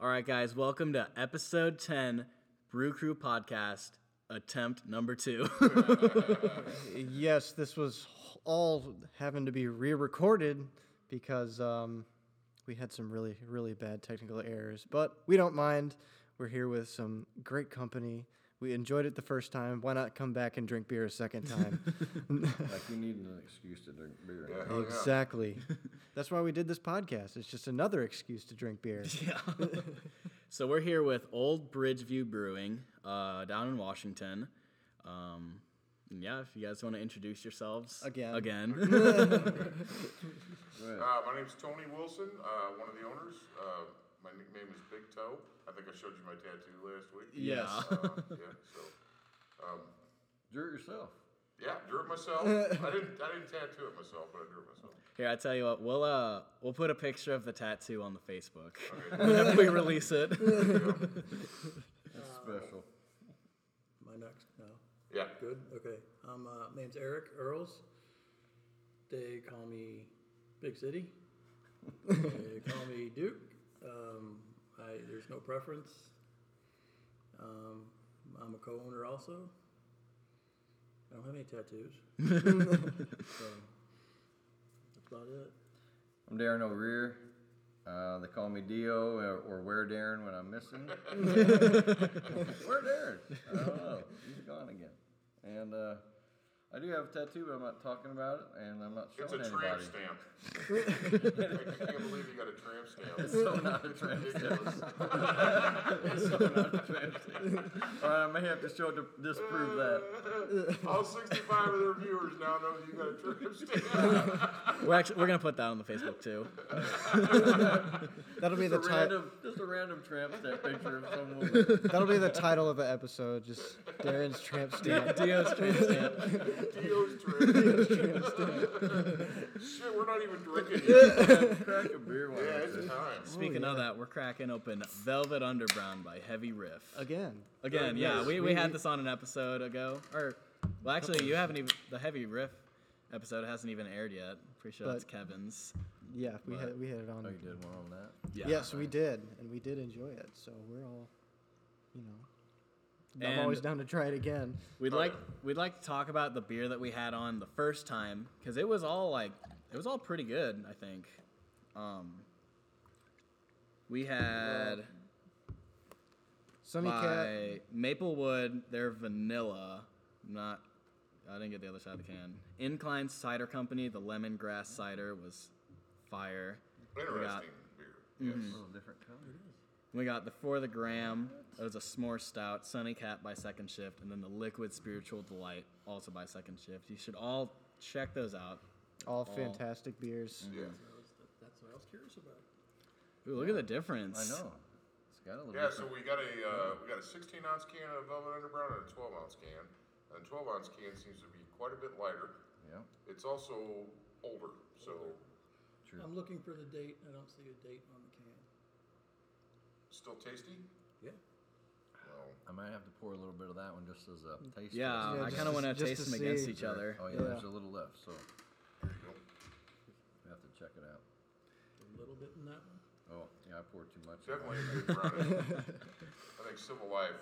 All right, guys, welcome to episode 10 Brew Crew Podcast, attempt number two. Yes, this was h- all having to be re-recorded because um, we had some really, really bad technical errors. But we don't mind. We're here with some great company. We enjoyed it the first time. Why not come back and drink beer a second time? Like we need an excuse to drink beer. exactly. That's why we did this podcast. It's just another excuse to drink beer. so, we're here with Old Bridgeview Brewing uh, down in Washington. Um, and yeah, if you guys want to introduce yourselves Again. Again. Uh, my name's Tony Wilson, uh, one of the owners. Uh, my nickname is Big Toe. I think I showed you my tattoo last week. Yes. Uh, yeah. So, Do it yourself. yeah, drew it myself. I didn't. I didn't tattoo it myself, but I drew it myself. Here, I tell you what, we'll uh, we'll put a picture of the tattoo on the Facebook if we release it. It's special. My next, no. Yeah. Good? Okay. Um, uh, my name's Eric Earls. They call me Big City. they call me Duke. Um, I, there's no preference. Um, I'm a co owner also. I don't have any tattoos. so, that's about it. I'm Darren O'Rear. Uh, they call me Dio or, or Where Darren when I'm missing. Where Darren? I don't know. He's gone again. And uh, I do have a tattoo, but I'm not talking about it, and I'm not showing It's a tramp anybody. stamp. I can't believe you got a tramp stamp. It's So not a tramp stamp. ridiculous. All right, I may have to show to disprove that. Uh, All 65 of their viewers now know you got a tramp stamp. We're actually we're gonna put that on the Facebook too. That'll be the Just a title. random, just a random tramp stamp picture of some woman. That'll be the title of the episode. Just Darren's tramp stamp. Dio's tramp stamp. Dio's tramp. Shit, we're not even drinking yet. Crack a beer while Yeah, I'm it's time. Speaking of that, we're cracking open Velvet Underground by Heavy Riff. Again. Again, yeah, we, we had this on an episode ago. Or, well, actually, you haven't even, the Heavy Riff episode hasn't even aired yet. Pretty sure that's But- Kevin's. Yeah, we had we had it on. Oh, you did one on that. Yeah. Yes, we did, and we did enjoy it. So we're all, you know, I'm always And- down to try it again. We'd Oh, like yeah. we'd like to talk about the beer that we had on the first time because it was all like it was all pretty good. I think. Um, we had Sunny Cat, by Maplewood their vanilla, not. I didn't get the other side of the can. Incline Cider Company, the lemongrass cider was fire. Interesting beer. Yes. A little different color. We got the For the Gram. That was a s'more stout, Sunny Cat by Second Shift, and then the Liquid Spiritual Delight, also by Second Shift. You should all check those out. all fantastic beers. Mm-hmm. That's what I was curious about. Ooh, look at the difference. I know. It's got a little Yeah, so different. Mm-hmm. we got a uh, we got a 16 ounce can of Velvet Underground and a 12 ounce can. And 12 ounce can seems to be quite a bit lighter. yeah. It's also older, so I'm looking for the date. I don't see a date on the can. still tasty. Yeah. Well, I might have to pour a little bit of that one just as Mm. a taste. Yeah, test. Yeah, I just kind of to- want to just taste to them against see. each other. Oh yeah, Yeah. there's a little left, so there you go. we have to check it out. A little bit in that one. Oh yeah, I poured too much. Definitely a good product. I think Civil Life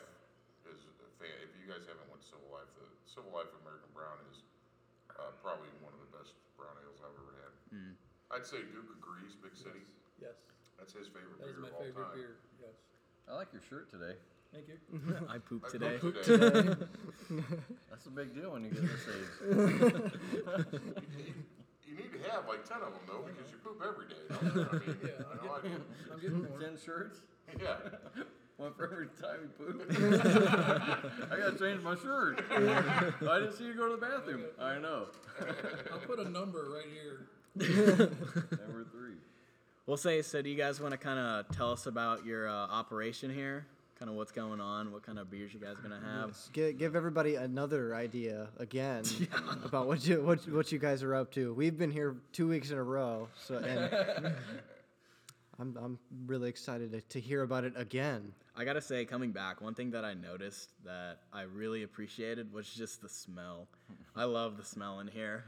is a fan. If you guys haven't went to Civil Life, the Civil Life American Brown is uh, probably one of the best brown ales I've ever had. Mm. I'd say Duke agrees, Big City. Yes. That's his favorite That is beer my of all favorite time. beer. Yes. I like your shirt today. Thank you. I pooped I today. pooped That's a big deal when you get this age. You need to have like ten of them though, because you poop every day. I mean, Yeah, I know I do. I'm getting more. Ten shirts, Yeah, one for every time you poop. I gotta change my shirt. I didn't see you go to the bathroom. I know. I'll put a number right here. Number three. We'll say, so do you guys want to kind of tell us about your uh, operation here? Kind of what's going on? What kind of beers you guys are going to have? Let's gi- give everybody another idea again about what you what what you guys are up to. We've been here two weeks in a row, so and I'm I'm really excited to, to hear about it again. I got to say, coming back, one thing that I noticed that I really appreciated was just the smell. I love the smell in here.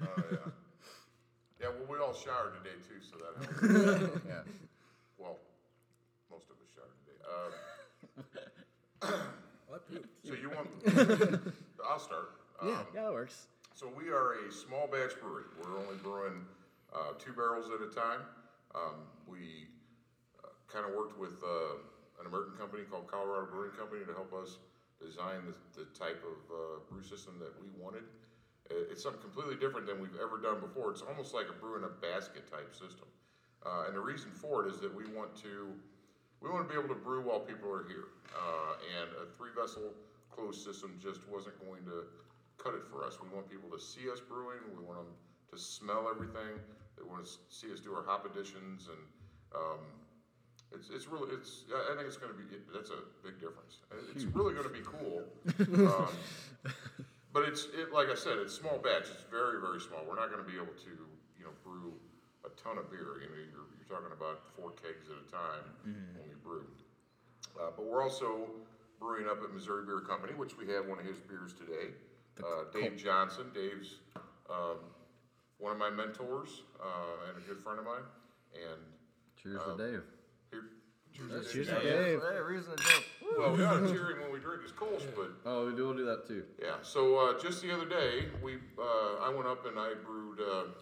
yeah. Well, we all showered today too, so that helps. Yeah. Well, most of us shocked today. Um, I pooped. so you want? I'll start. Um, Yeah, that works. So we are a small batch brewery. We're only brewing uh, two barrels at a time. Um, we uh, kind of worked with uh, an American company called Colorado Brewing Company to help us design the, the type of uh, brew system that we wanted. Uh, It's something completely different than we've ever done before. It's almost like a brew in a basket type system. Uh, and the reason for it is that we want to we want to be able to brew while people are here. Uh, and a three vessel closed system just wasn't going to cut it for us. We want people to see us brewing. We want them to smell everything. They want to s- see us do our hop additions, and um, it's it's really it's. I I think it's going to be it- that's a big difference. It- It's really going to be cool. Um, but it's it like I said, it's small batch. It's very very small. We're not going to be able to you know brew a ton of beer. You know, you're, you're talking about four kegs at a time when we brew. Uh, but we're also brewing up at Missouri Beer Company, which we have one of his beers today. Uh, Dave Johnson. Dave's um, one of my mentors uh, and a good friend of mine. And Cheers to Dave. here, That's cheers to Cheers Dave. to Dave. Oh. Hey, reason to Dave. Well, we ought to cheer him when we drink his Kolsch, but Oh, we do we'll do that too. yeah, so uh, just the other day, we uh, I went up and I brewed. Uh,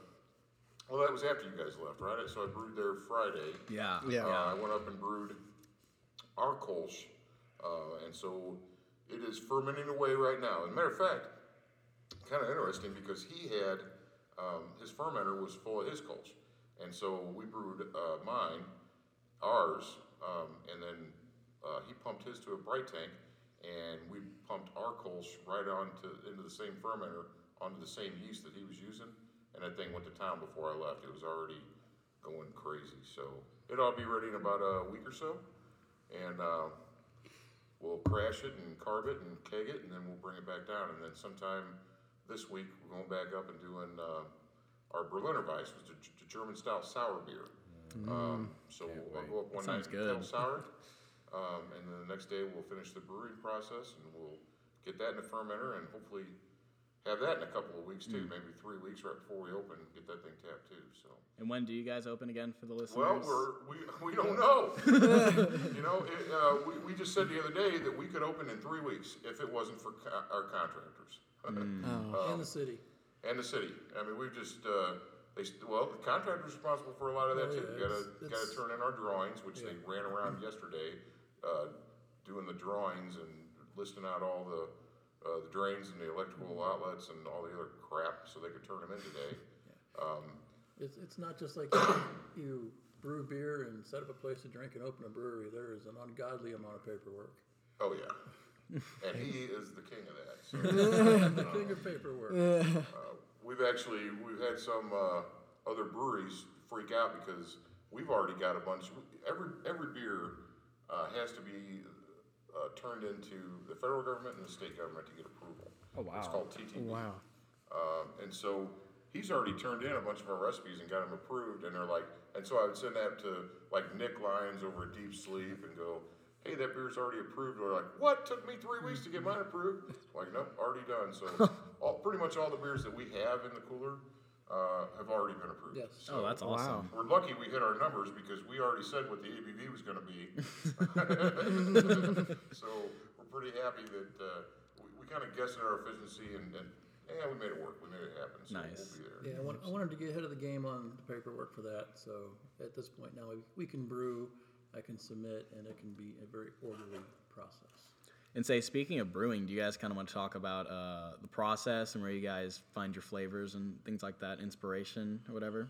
well, that was after you guys left, right? So I brewed there Friday. Yeah. Yeah. Uh, I went up and brewed our Kolsch, uh, and so it is fermenting away right now. As a matter of fact, kind of interesting because he had um, his fermenter was full of his Kolsch, and so we brewed uh, mine, ours, um, and then uh, he pumped his to a bright tank, and we pumped our Kolsch right onto into the same fermenter onto the same yeast that he was using, and that thing went to town before I left. It was already going crazy, so it ought to be ready in about a week or so, and. Uh, we'll crash it and carve it and keg it, and then we'll bring it back down. And then sometime this week, we're going back up and doing uh, our Berliner Weiss, which is a German style sour beer. Um, so we'll I'll go up one Mm. Sounds night and good. tell sour, um, and then the next day we'll finish the brewing process, and we'll get that in the fermenter, and hopefully have that in a couple of weeks Mm. too, maybe three weeks right before we open, get that thing tapped too. So. And when do you guys open again for the listeners? Well, we're, we, we don't know. you know, it, uh, we, we just said the other day that we could open in three weeks if it wasn't for co- our contractors In Um, the city. and the city. I mean, we've just, uh, they, s- well, the contractor's responsible for a lot of that Oh, too. yeah, You gotta, it's- you gotta it's- Mm-hmm. turn in our drawings, which they ran around yesterday, uh, doing the drawings and listing out all the, uh, the drains and the electrical Mm-hmm. outlets and all the other crap, so they could turn them in today. It's, it's not just like you brew beer and set up a place to drink and open a brewery. There is an ungodly amount of paperwork. Oh, yeah. And he is the king of that, so. The Uh, king of paperwork. We've actually we've had some uh, other breweries freak out because we've already got a bunch. Every every beer uh, has to be uh, turned into the federal government and the state government to get approval. Oh wow! It's called TTB. Wow. Um, and so he's already turned in a bunch of our recipes and got them approved. And they're like, and so I would send that to like Nick Lyons over at Deep Sleep and go, hey, that beer's already approved. Or like, what? Took me three weeks to get mine approved. Like, nope, already done. So all, pretty much all the beers that we have in the cooler uh, have already been approved. Yes. So oh, that's awesome. we're lucky we hit our numbers because we already said what the ABV was going to be. so we're pretty happy that uh, we, we kind of guessed at our efficiency and, and yeah, we made it work. We made it happen. So Nice. We'll be there. Yeah, I, want, I wanted to get ahead of the game on the paperwork for that. So at this point now, we, we can brew, I can submit, and it can be a very orderly process. And say, speaking of brewing, do you guys kind of want to talk about uh, the process and where you guys find your flavors and things like that, inspiration or whatever?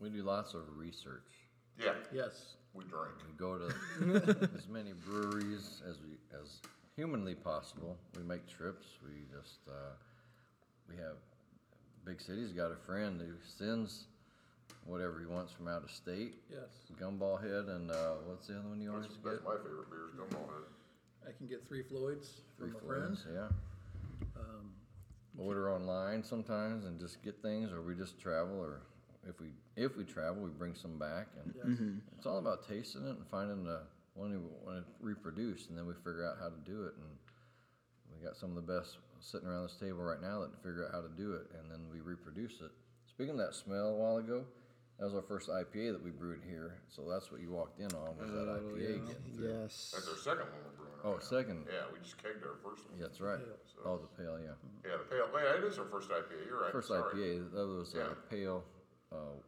We do lots of research. Yeah, Yes. we drank. We go to as many breweries as we as humanly possible. We make trips. We just uh, we have big city's got a friend who sends whatever he wants from out of state. Yes. Gumball head and uh, what's the other one you always That's, get? that's my favorite beer is Gumball Head. I can get three Floyds Three from a friend. Um, Floyds, Yeah. Order online sometimes and just get things, or we just travel, or if we if we travel, we bring some back, and it's all about tasting it and finding the one you want to reproduce, and then we figure out how to do it. And we got some of the best sitting around this table right now that figure out how to do it, and then we reproduce it. Speaking of that smell a while ago, That was our first IPA that we brewed here, so that's what you walked in on was that IPA getting through. Yes. That's our second one we're brewing. Oh, right now. second. Yeah, we just kegged our first one. Yeah, that's right. Oh, the pale, yeah. Yeah, the pale. Yeah, it is our first IPA. You're right. First Sorry. IPA, that was uh, Yeah. pale uh,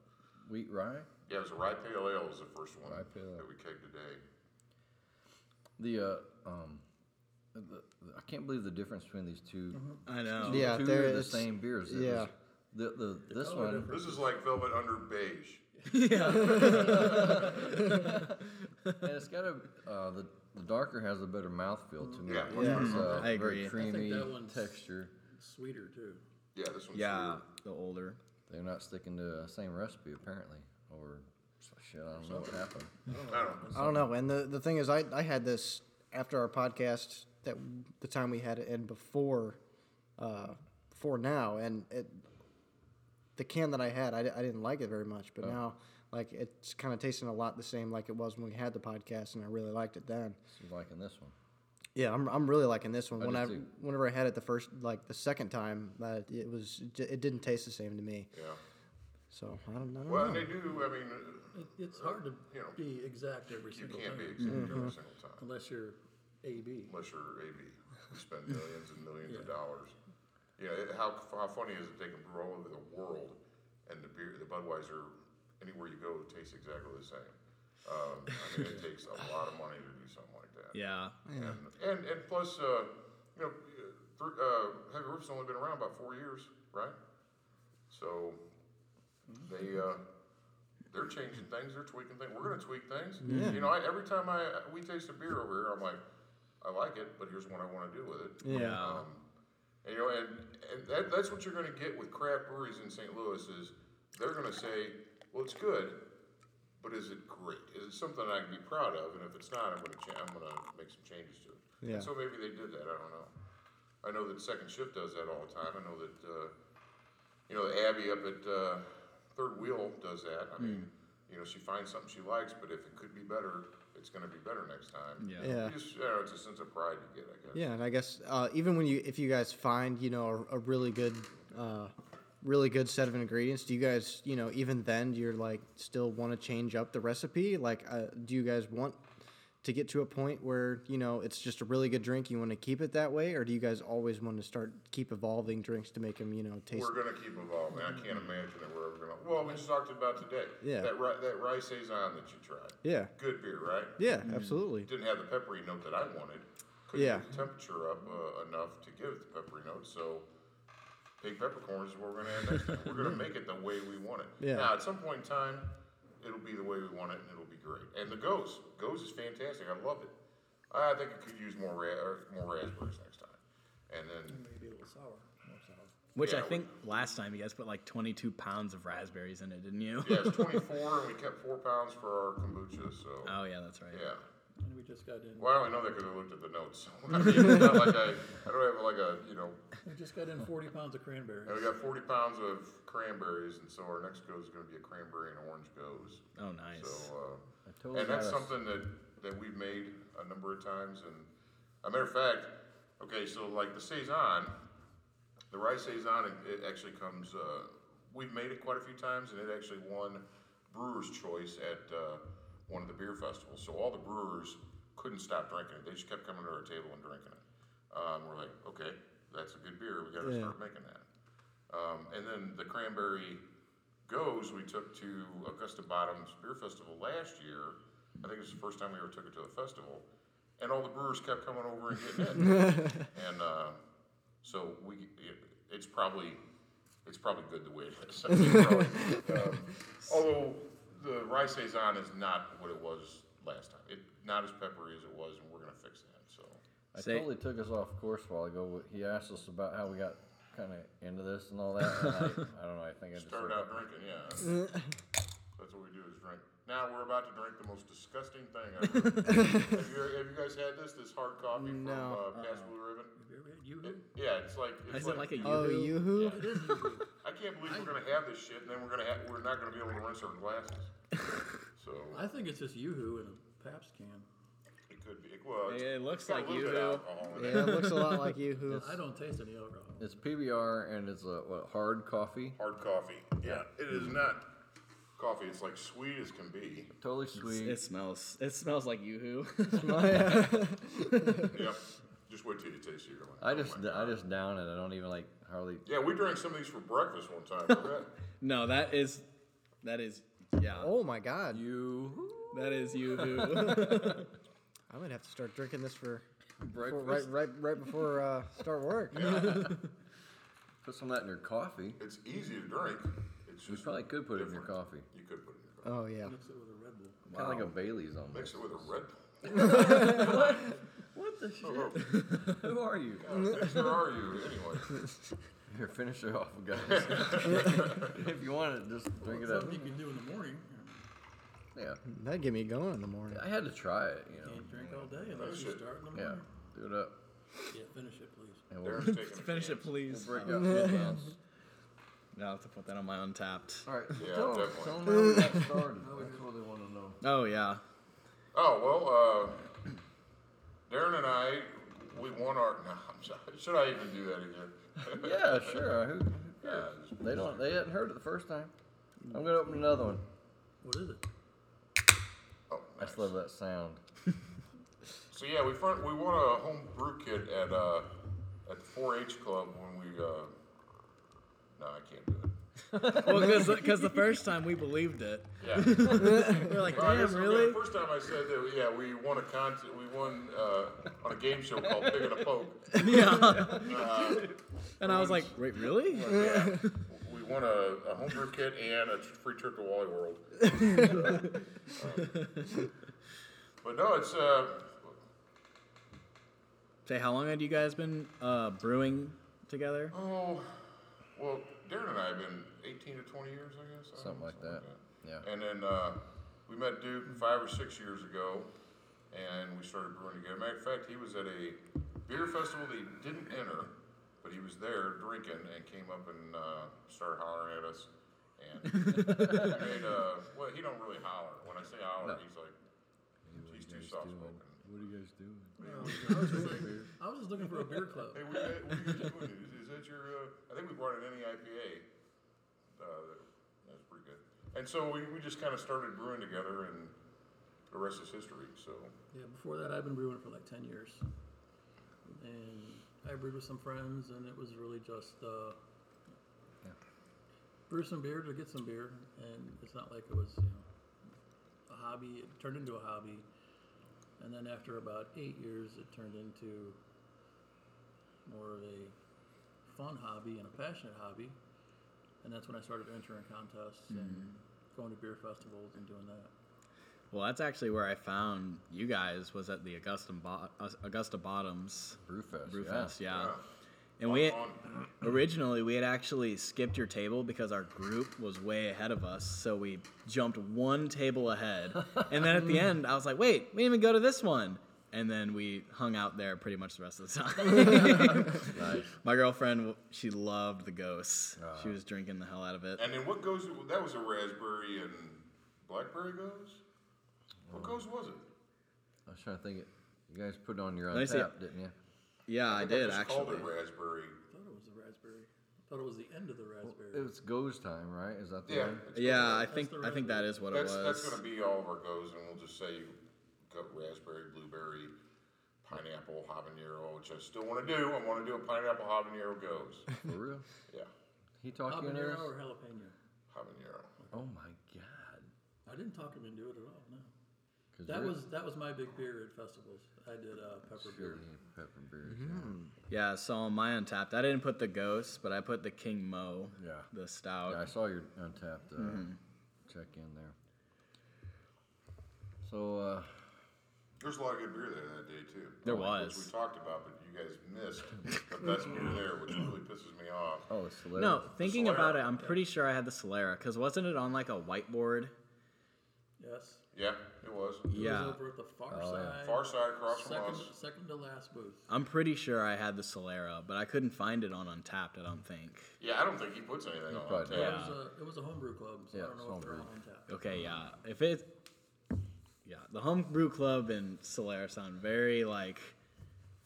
wheat rye. Yeah, it was a rye pale ale was the first one Rye pale ale. that we kegged today. The uh, um, the, the- I can't believe the difference between these 2 Mm-hmm. I know. Yeah, two there are the is- same beers. It was- yeah. the, the this one This is like Velvet Under Beige. and it's got a uh, the, the darker has a better mouthfeel to me. Yeah. It's, uh, I very agree. I think creamy that one's- texture. Sweeter too. Yeah, this one's Yeah, sweeter. the older. They're not sticking to the same recipe apparently, or s- shit. I don't know what happened. I don't know. I don't know. And the, the thing is, I, I had this after our podcast that the time we had it and before, uh, before now, and it, the can that I had, I, di- I didn't like it very much, but now, like, it's kind of tasting a lot the same like it was when we had the podcast, and I really liked it then. She's liking this one. Yeah, I'm, I'm really liking this one. I When did I, too. whenever I had it the first, like the second time, uh, it was it didn't taste the same to me. Yeah. So I don't, I don't know. Well, and they do. I mean, It, it's hard to You know, be exact every you single can't time be exact every single time unless you're AB. unless you're AB. You spend millions and millions of dollars. Yeah, it, how how funny is it? They can brew all over the world, and the beer, the Budweiser, anywhere you go, tastes exactly the same. Um, I mean, it takes a lot of money to do something like that. Yeah. And, and, and plus, uh, you know, th- uh, Heavy Roof's only been around about four years, right? So they, uh, they're changing things, they're tweaking things. We're gonna tweak things. You know, I, every time I, we taste a beer over here, I'm like, I like it, but here's what I wanna do with it. Yeah. Um, and, you know, and, and that, that's what you're gonna get with craft breweries in St. Louis is they're gonna say, well, it's good, but is it great? Is it something I can be proud of? And if it's not, I'm gonna cha- I'm gonna make some changes to it. Yeah. And so maybe they did that. I don't know. I know that Second Shift does that all the time. I know that uh, you know Abby up at uh, Third Wheel does that. I mean, you know, she finds something she likes, but if it could be better, it's gonna be better next time. Yeah. Yeah. You just, you know, it's a sense of pride you get, I guess. Yeah, and I guess uh, even when you, if you guys find, you know, a, a really good, uh, really good set of ingredients, do you guys, you know, even then, you're like still want to change up the recipe? Like, uh, do you guys want to get to a point where you know it's just a really good drink, you want to keep it that way, or do you guys always want to start keep evolving drinks to make them, you know, taste? We're gonna keep evolving. I can't imagine that we're ever gonna. Well, we just talked about today. Mm-hmm. Yeah. That ri- that rice saison that you tried. Yeah, Good beer, right? yeah, absolutely. didn't have the peppery note that I wanted. Couldn't Yeah. get the temperature up uh, enough to give it the peppery note, so big peppercorns is what we're gonna add next time. We're gonna make it the way we want it. Yeah. Now, at some point in time, it'll be the way we want it, and it'll be great. And the goes, goes is fantastic. I love it. I think it could use more ra- or more raspberries next time. And then Maybe a little sour. More sour. Which I Yeah. think last time you guys put like 22 pounds of raspberries in it, didn't you? yeah, it's 24, and we kept four pounds for our kombucha. So Oh yeah, that's right. yeah. And we just got in. Well, I only know that because I looked at the notes. I mean, it's not like I, I don't have like a you know We just got in 40 pounds of cranberry. And we got 40 pounds of cranberries, and so our next goes is going to be a cranberry and orange goes. Oh nice. So, I uh, totally and that's got a s- something that, that we've made a number of times. And a matter of fact, okay, so like the saison, the rice saison, it, it actually comes. Uh, we've made it quite a few times, and it actually won Brewer's Choice at uh, one of the beer festivals. So all the brewers couldn't stop drinking it; they just kept coming to our table and drinking it. Um, we're like, okay, that's a good beer. We got to Yeah. start making that. Um, and then the cranberry goes we took to Augusta Bottoms Beer Festival last year. I think it was the first time we ever took it to a festival, and all the brewers kept coming over and getting it. and uh, so we, it, it's probably it's probably good the way it is. I mean, probably, um, although the rice saison is not what it was last time. It not as peppery as it was, and we're gonna fix that. So I Say- totally took us off course a while ago. He asked us about how we got kind of into this and all that. and I, I don't know. I think I just start out drinking, yeah. That's what we do is drink. Now we're about to drink the most disgusting thing ever. have, you, have you guys had this? This hard coffee from No. uh, Past Blue Ribbon? Have you ever had you? Yeah, it's like it's Uh-uh. Is it like a Oh, Yoo-hoo? yoo-hoo? Yeah. I can't believe we're gonna have this shit, and then we're gonna have, we're not gonna be able to rinse our glasses. So I think it's just Yoo-Hoo in a Pabst can. it could be. Well, it's, Yeah, it looks it's got like a little you do. bit of alcohol in Yeah, it. it looks a lot like you. Who? I don't taste any alcohol. It's PBR and it's a what, hard coffee. Hard coffee. Yeah, it is not coffee. It's like sweet as can be. Totally sweet. It smells. It smells like yoo-hoo. yep. Just wait till you taste it. You're like, I "Oh just my I God." just down it. I don't even like hardly. Yeah, we drank some of these for breakfast one time. remember that? no, that is, that is, yeah, Oh my god. You that is yoo-hoo. I might have to start drinking this for, for right breakfast. right right before uh, start work. Put some of that in your coffee. It's easy to drink. It's You just probably could put it in your different. coffee. You could put it in your coffee. Oh yeah. Mix it with a Red Bull. Kind of like a Bailey's almost. Mix it with a Red Bull. What the shit? Oh, Who are you? Where are you anyway? Here, finish it off, guys. if you want it, just drink it up. Something you can do in the morning. Yeah, That'd get me going in the morning. I had to try it. You know. Can't drink all day unless you shit. start in the Yeah, morning. do it up. Yeah, finish it, please. And we'll Darren's taking a Finish it, chance. please. break out good ones. Now I have to put that on my untapped. All right. Yeah, tell 'em- definitely. tell 'em how we got started. That's what they want to know. Oh yeah. Oh well, uh, Darren and I, we won our. No, I'm sorry. Should I even do that again? Yeah, sure. Who, who Yeah, cares? just- They don't. They hadn't heard it the first time. I'm gonna open another one. What is it? I oh, nice. just love that sound. So yeah, we front, we won a home brew kit at uh, at the 4-H club when we. Uh, no, I can't do it. Well, because the first time we believed it, Yeah. we were like, All right, damn, this is okay. really? The first time I said that, yeah, we won a contest. We won uh, on a game show called Picking a Poke. Yeah. Uh, And I was like, wait, really? yeah, we won a, a homebrew kit and a tr- free trip to Wally World. um, but no, it's uh, Say, how long had you guys been uh, brewing together? oh, well, Darren and I have been 18 to 20 years, I guess. I don't Something know, like that. Yeah. And then uh, we met Duke five or six years ago, and we started brewing together. Matter of fact, he was at a beer festival that he didn't enter, but he was there drinking and came up and uh, started hollering at us. And he made uh, well, he don't really holler. When I say holler, he's like, he's too soft spoken. What are you guys doing? I was just looking for a beer club. Hey, uh, what are you- what are you guys doing? Is, is that your? Uh, I think we brought an NEIPA. Uh, that- that's pretty good. And so we, we just kind of started brewing together, and the rest is history. So Yeah, before that, I've been brewing for like 10 years. And I brewed with some friends, and it was really just uh, brew some beer to get some beer. And it's not like it was you know, a hobby, it turned into a hobby. And then after about eight years, it turned into more of a fun hobby and a passionate hobby. And that's when I started entering contests and going to beer festivals and doing that. Well, that's actually where I found you guys was at the Augusta, Bo- Aus- Augusta Bottoms Brewfest. Brewfest, yeah. yeah. Yeah. And we on, originally we had actually skipped your table because our group was way ahead of us, so we jumped one table ahead. and then at the end, I was like, "Wait, we didn't even go to this one." And then we hung out there pretty much the rest of the time. Nice. My girlfriend, she loved the ghosts. she was drinking the hell out of it. and then what goes? That was a raspberry and blackberry goes. What goes was it? I was trying to think. It. You guys put it on your Let me own see tap, it. didn't you? Yeah, I think did just actually. Called it raspberry. thought it was the raspberry. thought it was the end of the raspberry. It was goes time, right? Is that the Yeah. one? it's Yeah, I called- think the I think that is what That's it was. that's gonna be all of our goes, and we'll just say you got raspberry, blueberry, pineapple, habanero, which I still want to do. I want to do a pineapple habanero goes. For real? yeah, He talked you into this? habanero or jalapeno? habanero. Oh my god. I didn't talk him into it at all. No, 'Cause that you're- was that was my big beer at festivals. I did uh, pepper beer. Chili and pepper beers. Mm-hmm. Yeah, so on my untapped, I didn't put the ghost, but I put the King Mo, Yeah. the Yeah. stout. yeah, I saw your untapped uh, Mm-hmm. check in there. So, uh, There's a lot of good beer there that day too. There Which was. we talked about, but you guys missed the best beer there, which really pisses me off. oh, it's hilarious. No, thinking Solera. about it, I'm pretty sure I had the Solera because wasn't it on like a whiteboard? Yes. Yeah, it was. It Yeah. was over at the far Oh, yeah. side. Far side across from second, us. second to last booth. I'm pretty sure I had the Solera, but I couldn't find it on Untapped. I don't think. Yeah, I don't think he puts anything on. probably tap. It Yeah. was a it was a homebrew club, so Yeah, I don't it's know if they're homebrew. all on tap. Okay, yeah. If it, yeah, the Homebrew Club and Solera sound very like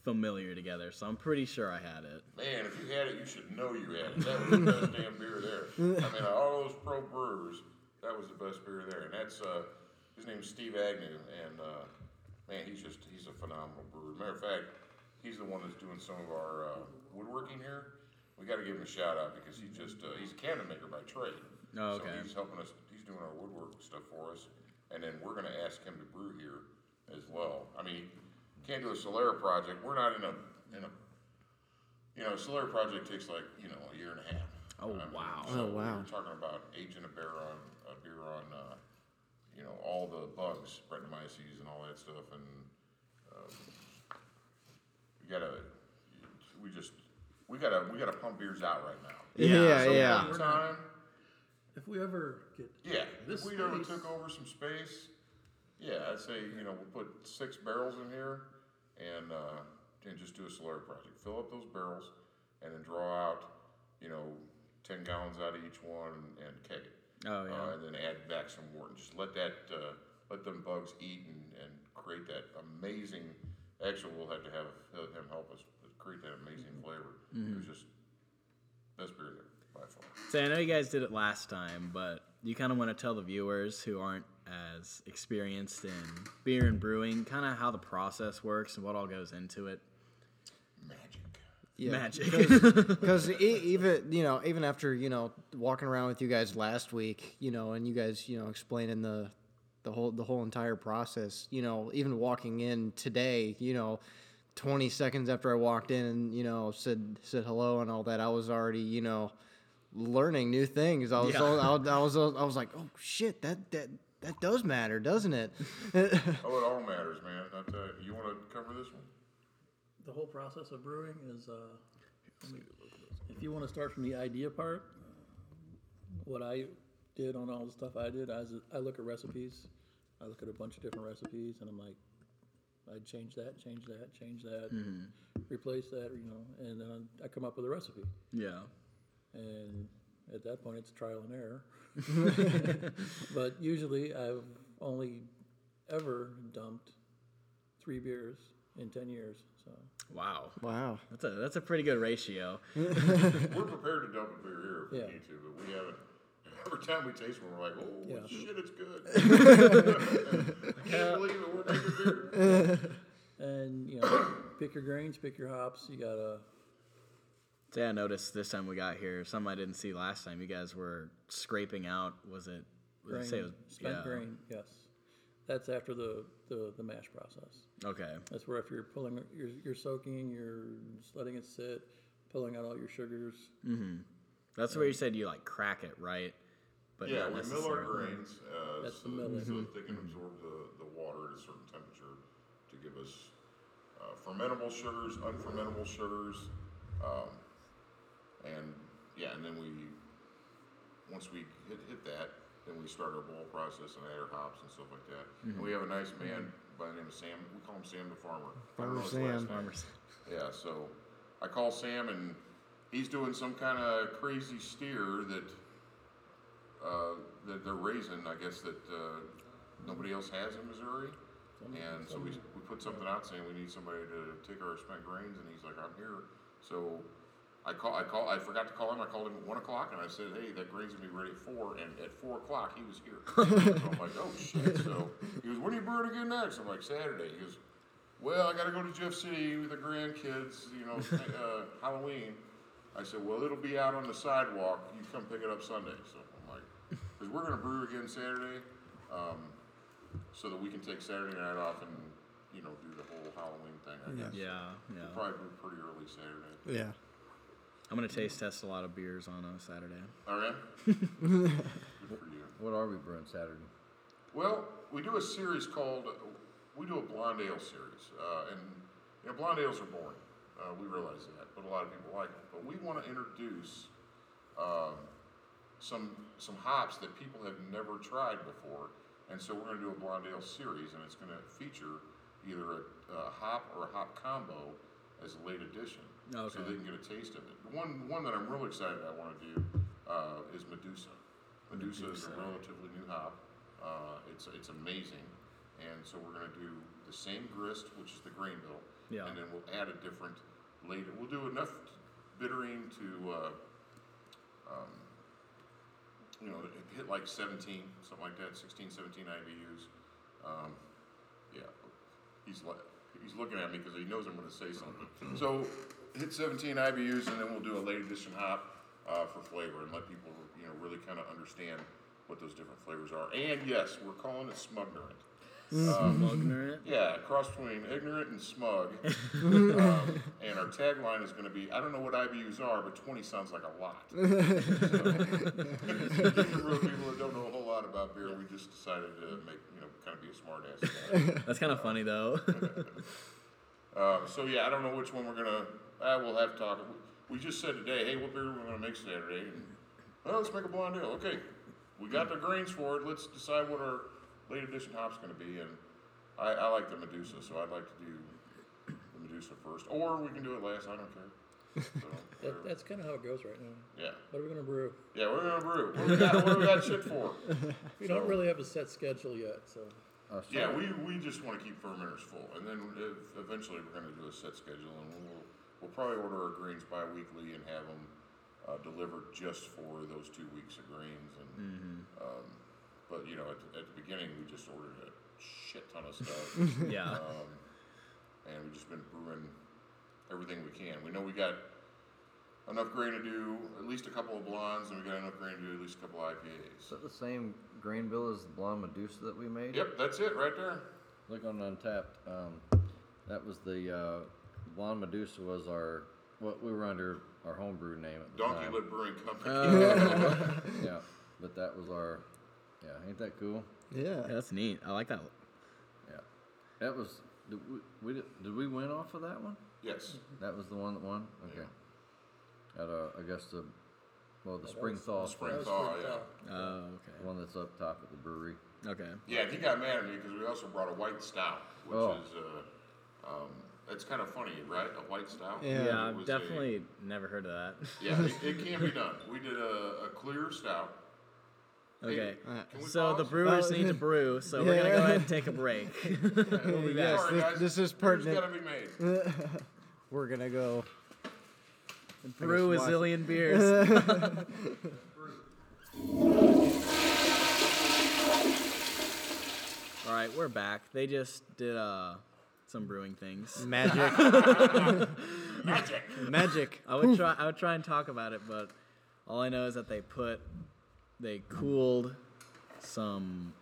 familiar together, so I'm pretty sure I had it. Man, if you had it, you should know you had it. That was the best damn beer there. I mean, all those pro brewers, that was the best beer there, and that's uh, his name's Steve Agnew, and uh, man, he's just he's a phenomenal brewer. Matter of fact, he's the one that's doing some of our uh, woodworking here. We got to give him a shout out because he just uh, he's a cabinet maker by trade. Oh, So okay. he's helping us. He's doing our woodwork stuff for us, and then we're gonna ask him to brew here as well. I mean, can't do a Solera project. We're not in a in a you know, Solar Project takes like, you know, a year and a half. Oh, wow. so Oh, wow. We were talking about aging a beer on, a beer on, uh, you know, all the bugs, Brettanomyces and all that stuff, and, um, we gotta, we just, we gotta, we gotta pump beers out right now. Yeah, yeah, so- uh, yeah. We're not- Time, If we ever get yeah, This if we ever space- took over some space, yeah, I'd say, you know, we'll put six barrels in here and, uh, and just do a solar project. Fill up those barrels and then draw out, you know, ten gallons out of each one and, and keg it. Oh, yeah. Uh, and then add back some more and just let that, uh, let them bugs eat and, and create that amazing, actually, we'll have to have him help us create that amazing flavor. It was just best beer there by far. So I know you guys did it last time, but you kind of want to tell the viewers who aren't as experienced in beer and brewing, kind of how the process works and what all goes into it. Magic. Magic. Because e, even you know, even after you know walking around with you guys last week, you know, and you guys you know explaining the the whole the whole entire process, you know, even walking in today, you know, twenty seconds after I walked in and you know said said hello and all that, I was already you know learning new things. I was Yeah. all- I, was- I was I was like, oh shit, that that that does matter, doesn't it? Oh, it all matters, man. I tell you, you want to cover this one? the whole process of brewing is, uh, let me- if you want to start from the idea part, what I did on all the stuff I did, I, was, I look at recipes, I look at a bunch of different recipes, and I'm like, I'd change that, change that, change that, replace that, you know, and then I come up with a recipe. yeah. And at that point, it's trial and error. but usually, I've only ever dumped three beers in 10 years. So Wow. wow. That's a that's a pretty good ratio. We're prepared to dump a beer here if we Yeah. need to, but we haven't. Every time we taste one, we're like, oh, Yeah. shit, it's good. I can't believe it. We're making beer. And you know, pick your grains, pick your hops. You gotta So yeah, I noticed this time we got here, something I didn't see last time. You guys were scraping out. Was it? did grain, you say it was, spent yeah. grain. Yes, that's after the, the the mash process. Okay. That's where if you're pulling, you're, you're soaking, you're just letting it sit, pulling out all your sugars. That's where you said you like crack it, right? But Yeah, not we mill our necessarily- grains uh, That's so, the that- milling. so that they can absorb the, the water at a certain temperature to give us uh, fermentable sugars, unfermentable sugars, um, and yeah, and then we once we hit, hit that, then we start our boil process and add our hops and stuff like that. And we have a nice man by the name of Sam. We call him Sam the Farmer. I Farmer don't know his Sam. last name. Farmer Sam. Yeah, so I call Sam and he's doing some kind of crazy steer that uh, that they're raising. I guess that uh, nobody else has in Missouri. And so we, we put something out saying we need somebody to take our spent grains, and he's like, I'm here. So I call I call I forgot to call him. I called him at one o'clock, and I said, Hey, that grain's gonna be ready at four. And at four o'clock, he was here. so I'm like, Oh shit! So he goes, When are you brewing again next? I'm like, Saturday. He goes, Well, I gotta go to Jeff City with the grandkids. You know, uh, Halloween. I said, Well, it'll be out on the sidewalk. You come pick it up Sunday. So I'm like, Because we're gonna brew again Saturday. Um, so that we can take Saturday night off and you know do the whole Halloween thing. I guess. Yeah, yeah. Probably be pretty early Saturday. Yeah. I'm gonna taste test a lot of beers on a Saturday. All right. Good for you. What are we brewing Saturday? Well, we do a series called we do a blonde ale series, uh, and you know blonde ales are boring. Uh, we realize that, but a lot of people like them. But we want to introduce um, some some hops that people have never tried before, and so we're going to do a blonde ale series, and it's going to feature either a, a hop or a hop combo as a late addition, so Okay. they can get a taste of it. The one one that I'm real excited I want to do uh, is Medusa. Medusa is a relatively new hop. Uh, it's it's amazing, and so we're going to do the same grist, which is the grain bill, Yeah. and then we'll add a different later. We'll do enough bittering to. Uh, um, you know, it hit like 17, something like that, 16, 17 IBUs. Um, yeah, he's li- he's looking at me because he knows I'm going to say something. So hit 17 IBUs, and then we'll do a late edition hop uh, for flavor and let people you know really kind of understand what those different flavors are. And yes, we're calling it smugnerant. Mugnerant. Yeah, cross between ignorant and smug. um, and our tagline is going to be I don't know what IBUs are, but 20 sounds like a lot. So, different real people that don't know a whole lot about beer, we just decided to make, you know, kind of be a smart ass about it. That's kind of funny though. Um, so, yeah, I don't know which one we're going to, uh, we'll have to talk. We just said today, hey, what beer are we going to make Saturday? And, well, let's make a blonde ale. Okay, we got the grains for it. Let's decide what our late edition hop's going to be. And I, I like the Medusa, so I'd like to do the Medusa first, or we can do it last. I don't care. So, whatever. That, that's kind of how it goes right now. yeah, What are we going to brew? yeah, we're gonna brew. What do we got, what do we got shit for? We don't really have a set schedule yet, so Uh, Yeah, so- we, we just want to keep fermenters full, and then ev- eventually we're gonna do a set schedule, and we'll we'll probably order our grains bi-weekly and have them uh, delivered just for those two weeks of grains. And um, but you know, at the, at the beginning, we just ordered a shit ton of stuff. yeah. um, and we've just been brewing everything we can. We know we got enough grain to do at least a couple of blondes, and we got enough grain to do at least a couple of Is IPAs. that the same grain bill as the Blonde Medusa that we made? Yep, that's it right there. Look on Untapped. Um, that was the uh, Blonde Medusa was our what we were under our homebrew name at the Donkey time. Lid Brewing Company. Yeah, but that was our. Yeah, ain't that cool? Yeah, Yeah. that's neat. I like that. Yeah, that was. Did we, we did, did we win off of that one? yes. Mm-hmm. That was the one that won. Okay. At uh, Augusta, well, the spring thaw, Spring place, thaw, pretty yeah. tough. Oh, the one that's up top at the brewery. okay. Okay. Yeah, and he got mad at me because we also brought a white stout, which Oh. is, uh, um, it's kind of funny, right? A white stout? Yeah. Yeah, It I've was a- definitely never heard of that. yeah, it, it can be done. We did a, a clear stout. Hey, Okay. Alright. can we So the pause? brewers Oh. need to brew, so we're gonna go Yeah. ahead and take a break. we'll be back. Yes, Sorry, this- guys. this is Beer's pertinent. gotta be made. We're gonna go. Brew a Finish watching. zillion beers. All right, we're back. They just did uh, some brewing things. Magic. Magic. Magic. I would try. I would try and talk about it, but all I know is that they put, they cooled some.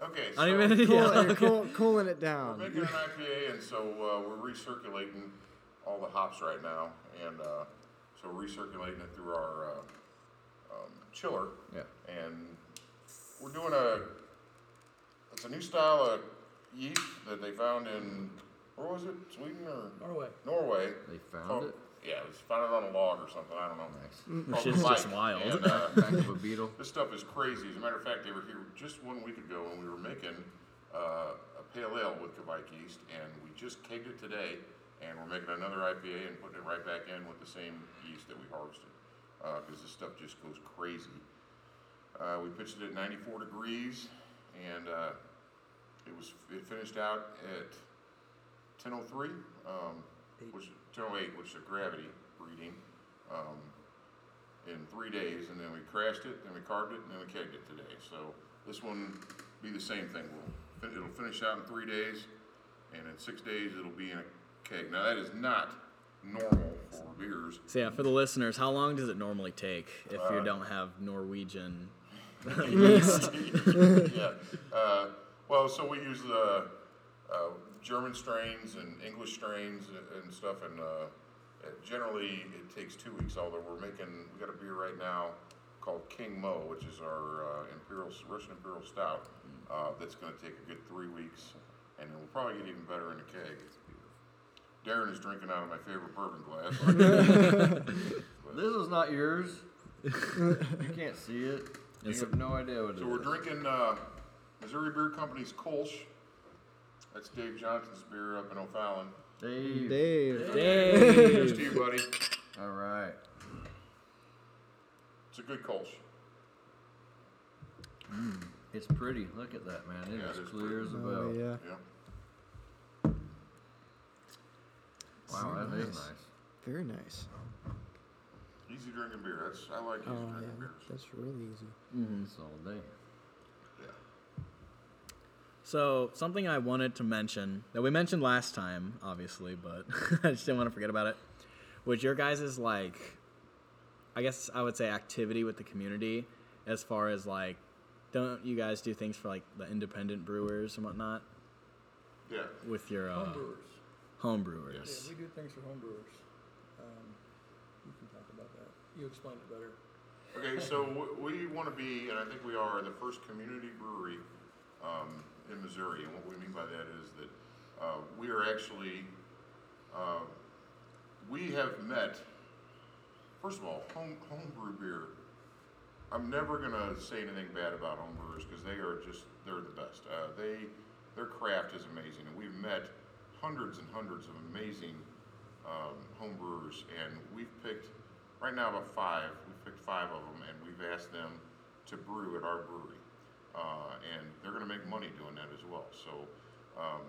Okay. So I don't even. Cool, Yeah. you're cool, cooling it We're down. making an IPA, and so uh, we're recirculating all the hops right now, and uh, so we're recirculating it through our uh, um, chiller, Yeah. and we're doing a it's a new style of yeast that they found in where was it Sweden or Norway. Norway. They Called- found it. Yeah, it was found it on a log or something. I don't know. Nice. Called Shit's just Mike, wild. and, uh, Back of a beetle. this stuff is crazy. As a matter of fact, they were here just one week ago and we were making uh, a pale ale with Kvike yeast, and we just kegged it today, and we're making another IPA and putting it right back in with the same yeast that we harvested, because this stuff just goes crazy. Uh, we pitched it at 94 degrees, and uh, it was it finished out at 1003, um, which 1008, which is a gravity reading. Um, in three days, and then we crashed it, then we carved it, and then we kegged it today. So this one be the same thing. We'll, fin- it'll finish out in three days, and in six days it'll be in a keg. Now that is not normal for beers. So yeah, for the listeners, how long does it normally take if you don't have Norwegian? yeah. Uh, well, so we use uh, uh, German strains and English strains and, and stuff, and uh, it- generally it takes two weeks. Although we're making, we got a beer right now called King Mo, which is our uh, imperial Russian imperial stout. Uh, that's going to take a good three weeks, and it'll probably get even better in the keg. Darren is drinking out of my favorite bourbon glass. This is not yours. you can't see it. You It's- have no idea what it is. So we're drinking uh, Missouri Beer Company's Kolsch. That's Dave Johnson's beer up in O'Fallon. Dave. Dave. Cheers to Dave. you, buddy. All right. It's a good Kolsch. It's pretty. Look at that, man. It is Yeah, it is clear pretty. as a bell. Oh yeah. Yeah. Wow, that is Nice. nice. Very nice. Easy drinking beer. That's I like easy Oh yeah, drinking beers. that's really easy. It's all day. Yeah. So something I wanted to mention that we mentioned last time, obviously, but I just didn't want to forget about it. Was your guys' like, I guess I would say activity with the community, as far as like, don't you guys do things for like the independent brewers and whatnot Yeah. with your uh, Homebrewers. home Yeah, brewers? we do things for homebrewers. Um, you can talk about that. You explain it better. Okay, so w- we want to be, and I think we are, the first community brewery um, in Missouri. And what we mean by that is that uh, we are actually, uh, we have met, first of all, home, homebrew beer. I'm never going to say anything bad about homebrewers because they are just, they're the best. Uh, they, their craft is amazing. And we've met hundreds and hundreds of amazing um, homebrewers, and we've picked right now about five. We've picked five of them, and we've asked them to brew at our brewery, uh, and they're going to make money doing that as well. So um,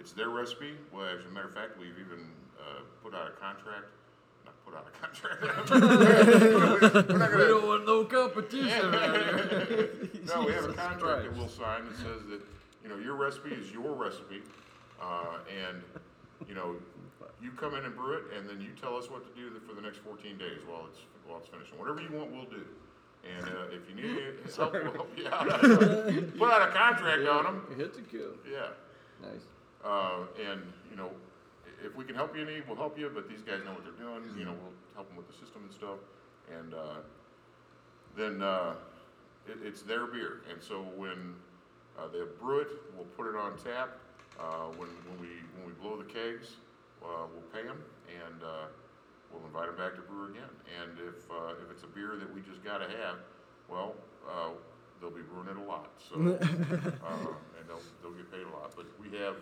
it's their recipe. Well, as a matter of fact, we've even uh, put out a contract. Not put out a contract. We're We not gonna- don't want no competition around here. no, we have a Jesus contract that Christ. we'll sign that says that, you know, your recipe is your recipe, uh, and, you know, you come in and brew it, and then you tell us what to do for the next fourteen days while it's, while it's finished. And Whatever you want, we'll do. And, uh, if you need any help, we'll help you out. Put out a contract on them, Hit the kill. yeah. Nice. Uh, and, you know, i- if we can help you any, we'll help you, but these guys know what they're doing, you know, we'll help them with the system and stuff. And, uh, then, uh, it, it's their beer. And so when, uh, they brew it, we'll put it on tap. Uh, when, when we, when we blow the kegs, uh, we'll pay them and, uh, we'll invite them back to brew again. And if, uh, if it's a beer that we just gotta have, well, uh, they'll be brewing it a lot, so, uh, and they'll, they'll get paid a lot. But we have,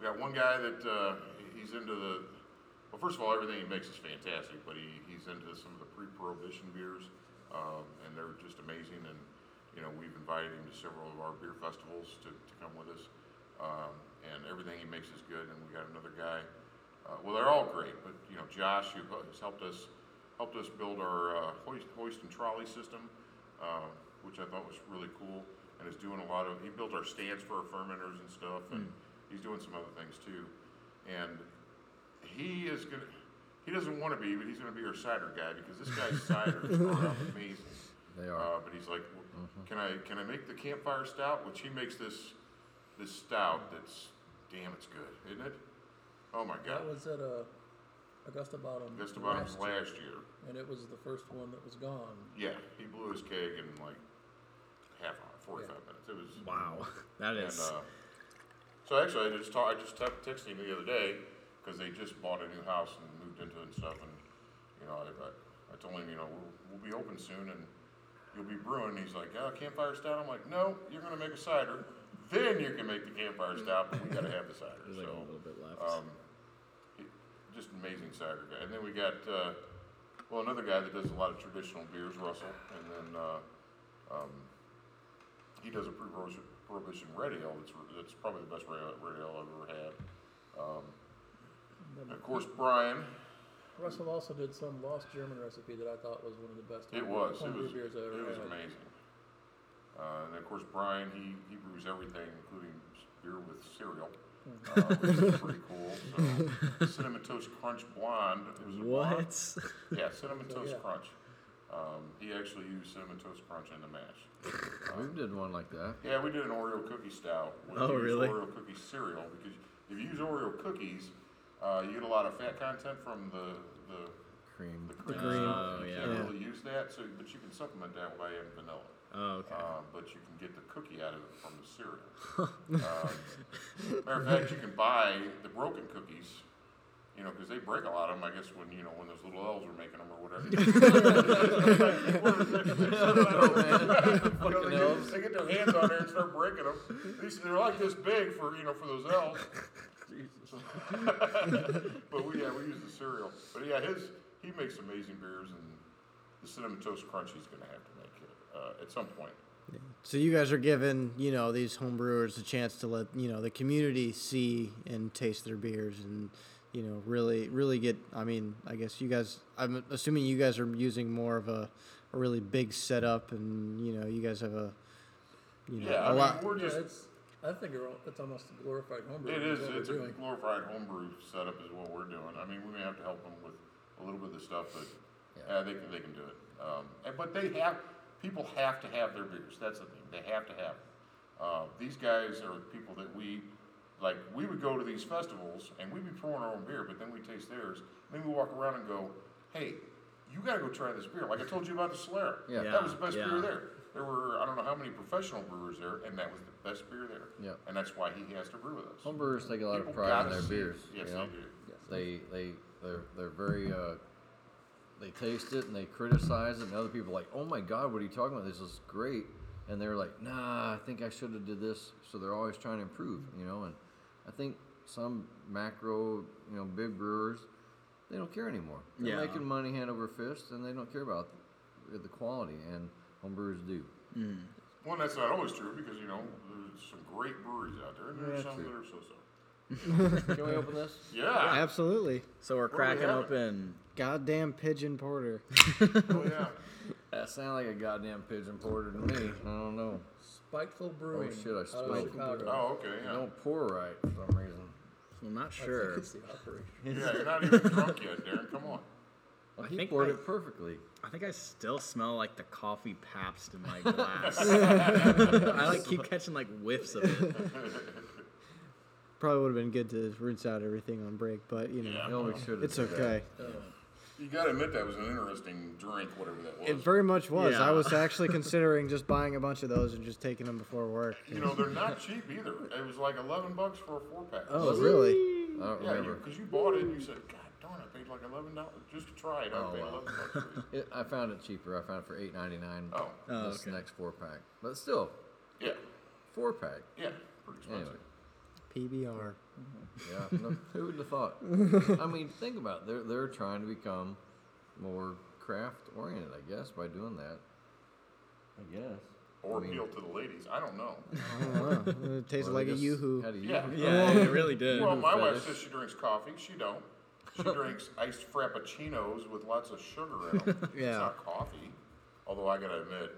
we got one guy that uh, he's into the. Well, first of all, everything he makes is fantastic, but he, he's into some of the pre-prohibition beers, um, and they're just amazing. And you know, we've invited him to several of our beer festivals to, to come with us, um, and everything he makes is good. And we got another guy. Uh, well, they're all great, but you know, Josh who has helped us helped us build our uh, hoist, hoist and trolley system, uh, which I thought was really cool, and is doing a lot of. He built our stands for our fermenters and stuff, and he's doing some other things too. And he is gonna. He doesn't want to be, but he's gonna be our cider guy because this guy's ciders are amazing. They are. Uh, but he's like, "Well, can I can I make the campfire stout? Which he makes this this stout that's damn, it's good, isn't it? Oh my That god, was at uh, Augusta Bottom. just about last year, last year. And it was the first one that was gone. Yeah, he blew his keg in like half hour, forty-five minutes. It was Wow, that And, is. uh, so actually, I just ta- I just te- texted him the other day because they just bought a new house and moved into it and stuff, and you know, I, I, I told him, you know, we'll, we'll be open soon and you'll be brewing. He's like, oh, campfire stout. I'm like, no, you're gonna make a cider, then you can make the campfire stout, but we gotta have the cider. There's like a so little bit left. um, he- just amazing cider guy. And then we got, uh, well, another guy that does a lot of traditional beers, Russell, and then, uh, um, he does a pre-prohibition prohibition red ale that's, re- that's probably the best red ale, red ale I've ever had. Um, and of course, Brian, Russell also did some lost German recipe that I thought was one of the best. It was. It homebrew was. beers I ever it was had. amazing. Uh, and of course, Brian he, he brews everything, including beer with cereal, uh, which is pretty cool. So, cinnamon toast crunch blonde. It was a blonde. what? Yeah, cinnamon So, toast yeah. crunch. Um, he actually used cinnamon toast crunch in the mash. uh. We did one like that. Yeah, we did an Oreo cookie stout. We Oh, used really? Oreo cookie cereal because if you use Oreo cookies, uh, you get a lot of fat content from the the, Cream. the cream. cream. stuff. Oh, you yeah. can't Yeah. really use that, so but you can supplement that by adding vanilla. Oh, okay. Uh, but you can get the cookie out of it from the cereal. um, matter of fact, you can buy the broken cookies, you know, because they break a lot of them. I guess when you know when those little elves were making them or whatever. You know, they, get, they get their hands on there and start breaking them. These, they're like this big for you know for those elves. Jesus. but we yeah we use the cereal. But yeah, his he makes amazing beers and the cinnamon toast crunch he's gonna have to make it uh, at some point. So you guys are giving you know these homebrewers a chance to let you know the community see and taste their beers and you know, really, really get. I mean, I guess you guys. I'm assuming you guys are using more of a, a really big setup, and you know, you guys have a, you know, Yeah, I a mean, lot. we're Yeah, just. it's, I think we're all- it's almost a glorified homebrew. It is. what It's a we're doing. glorified homebrew setup is what we're doing. I mean, we may have to help them with a little bit of the stuff, but yeah, they can they can do it. Um, and, but they have people have to have their beers. That's the thing. They have to have. Them. Uh, these guys are people that we like. We would go to these festivals and we'd be pouring our own beer, but then we taste theirs. Then we walk around and go, "Hey, you got to go try this beer." Like I told you about the Solera. Yeah. that was the best Yeah. beer there. There were I don't know how many professional brewers there, and that was the best beer there. Yeah. and that's why he has to brew with us. Homebrewers take a lot People of pride in gotta their see it. beers. Yes, you know? they do. They they they're they're very uh, they taste it and they criticize it, and other people are like, oh my god, what are you talking about? This is great, and they're like, nah, I think I should have did this. So they're always trying to improve, you know. And I think some macro, you know, big brewers, they don't care anymore. They're Yeah. making money hand over fist, and they don't care about the, the quality, and homebrewers do. Well, that's not always true because you know there's some great breweries out there, and there's some that are so-so. Can we open this? Yeah. Absolutely, So we're do we cracking have? open. goddamn pigeon porter. Oh, yeah. That sounds like a goddamn pigeon porter to me. I don't know. Spiteful Brewing. Oh, shit, I out of spiked it. Chicago. Oh, okay. They Yeah. don't pour right for some reason. I'm not I think sure. it's the operation. Yeah, you're not even drunk yet, Darren. Come on. Well, I he think poured I- it perfectly. I think I still smell like the coffee Pabst in my glass. I like keep catching like whiffs of it. Probably would have been good to rinse out everything on break, but you know, Yeah. No, we should. it's okay. You got to admit that was an interesting drink, whatever that was. It very much was. Yeah. I was actually considering just buying a bunch of those and just taking them before work. you know, they're not cheap either. It was like 11 bucks for a four pack. Oh, really? I don't yeah, remember. because you, bought it and you said, God darn, I paid like $11 just to try it. I Oh, paid wow. 11 bucks for it. It, I found it cheaper. I found it for eight ninety nine. Oh, Oh, this okay. next four pack, but still yeah. four pack. Yeah. Pretty expensive. Anyway. PBR. Yeah, no, who would have thought? I mean, think about it. they're they're trying to become more craft oriented, I guess, by doing that. I guess. Or appeal to the ladies. I don't know. I don't know. It tastes like a yoo-hoo. Had a Yeah. yoo-hoo. Yeah, Oh, it really did. Well, my wife fetish. says she drinks coffee. She don't. She drinks iced frappuccinos with lots of sugar in them. It's Yeah. not coffee. Although I gotta admit,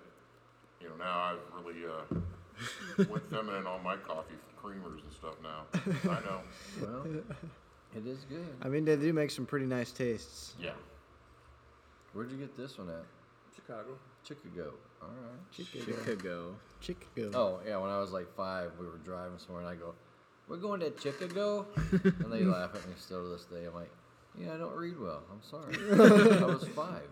you know, now I've really uh, went feminine on my coffee creamers and stuff now. I know. Well, it is good. I mean, they do make some pretty nice tastes. Yeah. Where'd you get this one at? Chicago. Chicago. All right. Chicago. Chicago. Oh yeah, when I was like five, we were driving somewhere, and I go, "We're going to Chicago," and they laugh at me still to this day. I'm like, "Yeah, I don't read well. I'm sorry. I was five.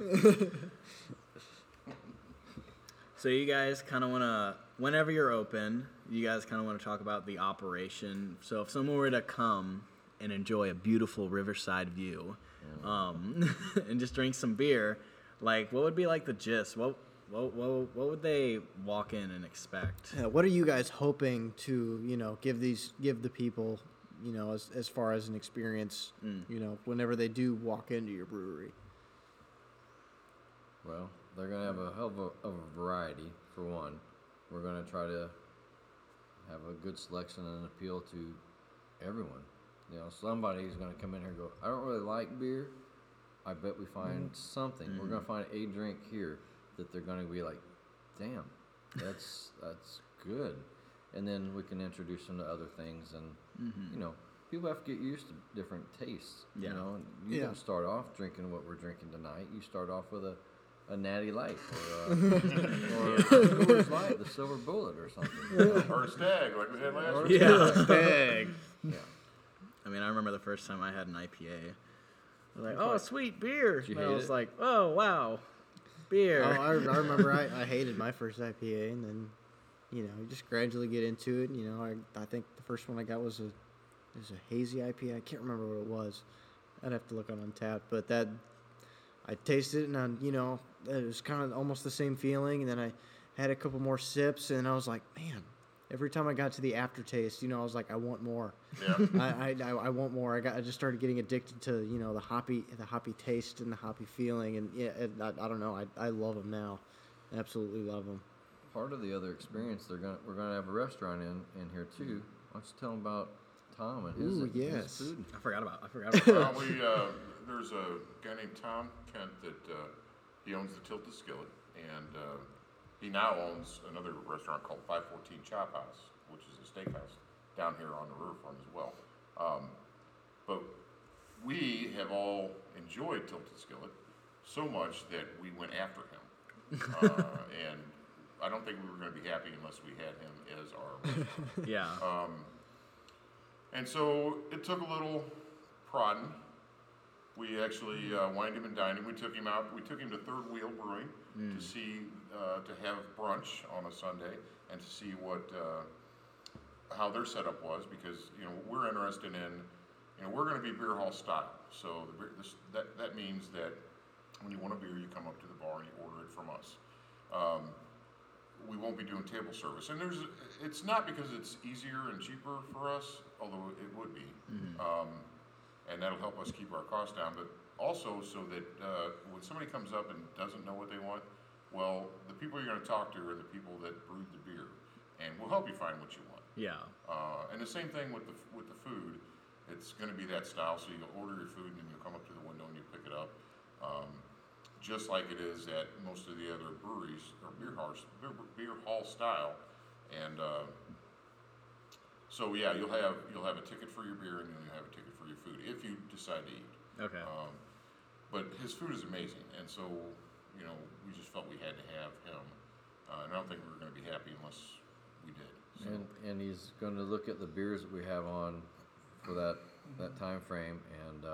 So you guys kind of want to, whenever you're open, you guys kind of want to talk about the operation. So if someone were to come and enjoy a beautiful riverside view, um, and just drink some beer, like what would be like the gist? What what what, what would they walk in and expect? Yeah, Uh, what are you guys hoping to, you know, give these, give the people, you know, as, as far as an experience, you know, whenever they do walk into your brewery? Well, they're gonna have a hell of a, of a variety for one. We're gonna try to have a good selection and appeal to everyone. You know, somebody's gonna come in here and go, "I don't really like beer." I bet we find something. We're gonna find a drink here that they're gonna be like, "Damn, that's that's good," and then we can introduce them to other things. And you know, people have to get used to different tastes. Yeah. You know, and you Yeah. don't start off drinking what we're drinking tonight. You start off with a, a natty light or, a, or a Coors Light, the silver bullet or something. you know? Or a stag like we had last Or- week. Yeah, big. yeah. I mean, I remember the first time I had an IPA. I was like, oh, sweet beer. you And I hate was it? like, oh, wow, Oh, beer. I, I remember I, I hated my first IPA, and then, you know, you just gradually get into it. You know, I, I think the first one I got was a, it was a hazy IPA. I can't remember what it was. I'd have to look on Untapped, but that, I tasted it, and I, you know, it was kind of almost the same feeling. And then I had a couple more sips, and I was like, man, every time I got to the aftertaste, you know, I was like, I want more. Yeah. I, I, I I want more. I got. I just started getting addicted to you know the hoppy the hoppy taste and the hoppy feeling and yeah. It, I, I don't know. I, I love them now. Absolutely love them. Part of the other experience, they're gonna we're gonna have a restaurant in in here too. Why don't you tell them about Tom and his, Ooh, his yes. food. I forgot about. I forgot about. Well, we, uh, there's a guy named Tom Kent that, uh, he owns the Tilted Skillet, and, uh, he now owns another restaurant called Five Fourteen Chop House, which is a steakhouse down here on the riverfront as well. Um, but we have all enjoyed Tilted Skillet so much that we went after him. Uh, and I don't think we were gonna be happy unless we had him as our yeah. And so it took a little prodding. We actually uh, wined him and dined him. We took him out. We took him to Third Wheel Brewing to see uh, to have brunch on a Sunday and to see what uh, how their setup was because you know we're interested in you know we're going to be beer hall style. So the beer, this, that that means that when you want a beer, you come up to the bar and you order it from us. Um, we won't be doing table service. And there's, it's not because it's easier and cheaper for us, although it would be. Um, and that'll help us keep our costs down, but also so that uh, when somebody comes up and doesn't know what they want, well, the people you're going to talk to are the people that brewed the beer, and we'll help you find what you want. Yeah. Uh, and the same thing with the f- with the food. It's going to be that style. So you order your food and then you come up to the window and you pick it up, um, just like it is at most of the other breweries or beer halls, beer, beer hall style. And uh, so yeah, you'll have you'll have a ticket for your beer and then you have a ticket for your food if you decide to eat. Okay. Um, but his food is amazing, and so you know we just felt we had to have him. Uh, and I don't think we were going to be happy unless we did. So. And, and he's going to look at the beers that we have on for that, that time frame and uh,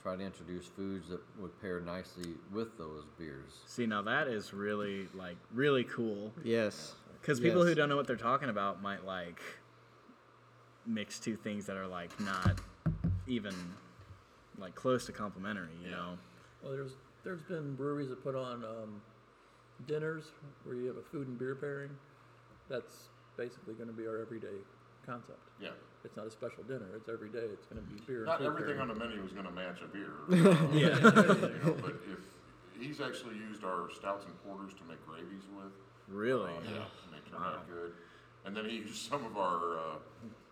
try to introduce foods that would pair nicely with those beers. See, now that is really like really cool Yes. because people Yes. who don't know what they're talking about might like mix two things that are like not even like close to complementary. You know. Well, there's there's been breweries that put on um, dinners where you have a food and beer pairing. That's basically going to be our everyday concept. Yeah. It's not a special dinner. It's every day. It's going to be beer. Not and food everything pairing. on the menu is gonna match a beer. Yeah. But if, he's actually used our stouts and porters to make gravies with. Really. uh, And they turn out good. And then he used some of our, uh,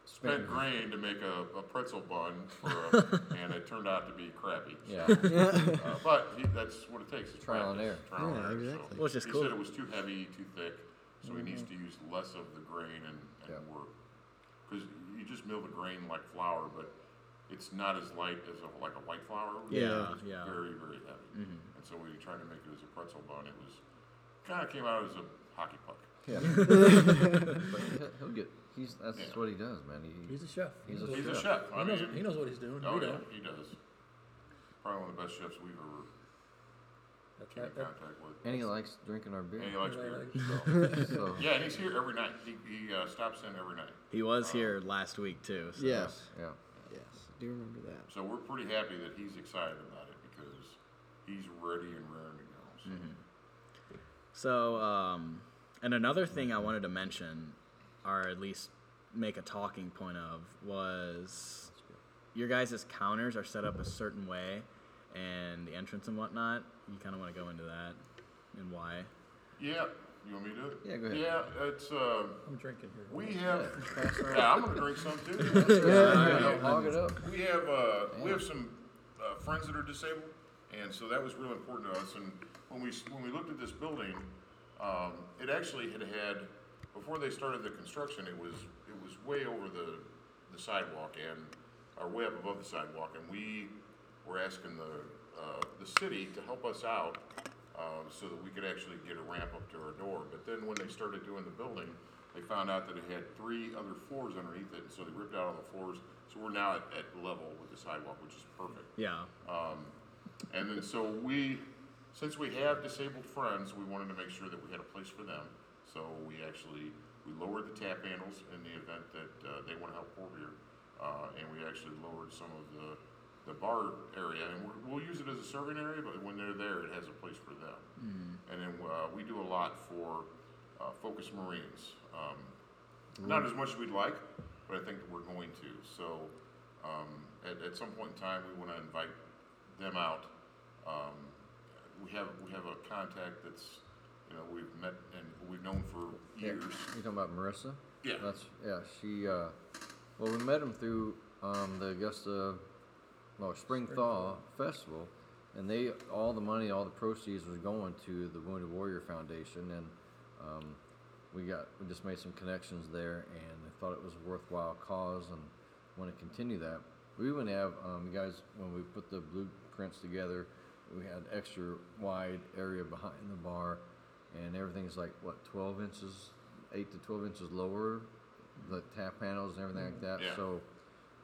spent Spent grain to make a, a pretzel bun for, a- and it turned out to be crappy. Yeah. Uh, But he, that's what it takes. is Trial and practice, error. Trial and Yeah, error. so- exactly. Which is He cool. said it was too heavy, too thick, so he needs to use less of the grain and, and Mm-hmm. Yeah. work. Because you just mill the grain like flour, but it's not as light as a, like a white flour. would be. Yeah, It's yeah. very, very heavy. Mm-hmm. And so when you tried to make it as a pretzel bun, it was, kind of came out as a hockey puck. yeah. but he'll, he'll get, he's, that's Yeah. what he does, man. He, He's a chef. He's a knows- He's Yeah. a chef. I He knows, mean, he knows what he's doing. oh we yeah, don't. he does. Probably one of the best chefs we've ever That- came in that- that- contact with. and he likes drinking our beer. And he likes Yeah, beer. like- so- so, Yeah, and he's here every night. He, he uh, stops in every night. He was here last week too. So. Yes. yeah. Yes. Do you remember that? So we're pretty happy that he's excited about it because he's ready and raring to go. So. So, um, and another thing I wanted to mention, or at least make a talking point of, was your guys' counters are set up a certain way, and the entrance and whatnot. You kind of want to go into that and why. Yeah, you want me to do it? Mm-hmm. Yeah, go ahead. Yeah, it's uh, I'm drinking here. we have. Pass around. Yeah, I'm gonna drink some too. Yeah, Yeah, hog it up. We have uh, we have some uh, friends that are disabled, and so that was real important to us. And when we s- when we looked at this building, um, it actually had had before they started the construction, it was it was way over the the sidewalk and or way up above the sidewalk, and we were asking the uh, the city to help us out uh, so that we could actually get a ramp up to our door. But then when they started doing the building, they found out that it had three other floors underneath it, and so they ripped out all the floors. So we're now at, at level with the sidewalk, which is perfect. Yeah. And then so we, since we have disabled friends, we wanted to make sure that we had a place for them. So we actually, we lowered the tap handles in the event that uh, they want to help pour beer. Uh, and we actually lowered some of the, the bar area. And we're, we'll use it as a serving area, but when they're there, it has a place for them. And then uh, we do a lot for uh, Focus Marines. Um, Not as much as we'd like, but I think that we're going to. So um, at, at some point in time, we want to invite them out. Um, we have we have a contact that's you know we've met and we've known for years. You talking about Marissa? Yeah. That's yeah. She uh, Well, we met him through um, the Augusta, well, Spring, Thaw Festival, and they all the money, all the proceeds was going to the Wounded Warrior Foundation, and um, we got we just made some connections there, and I thought it was a worthwhile cause, and want to continue that. We even have um, you guys when we put the blueprints together, we had extra wide area behind the bar, and everything's like what 12 inches, eight to 12 inches lower, the tap panels and everything like that. Yeah. So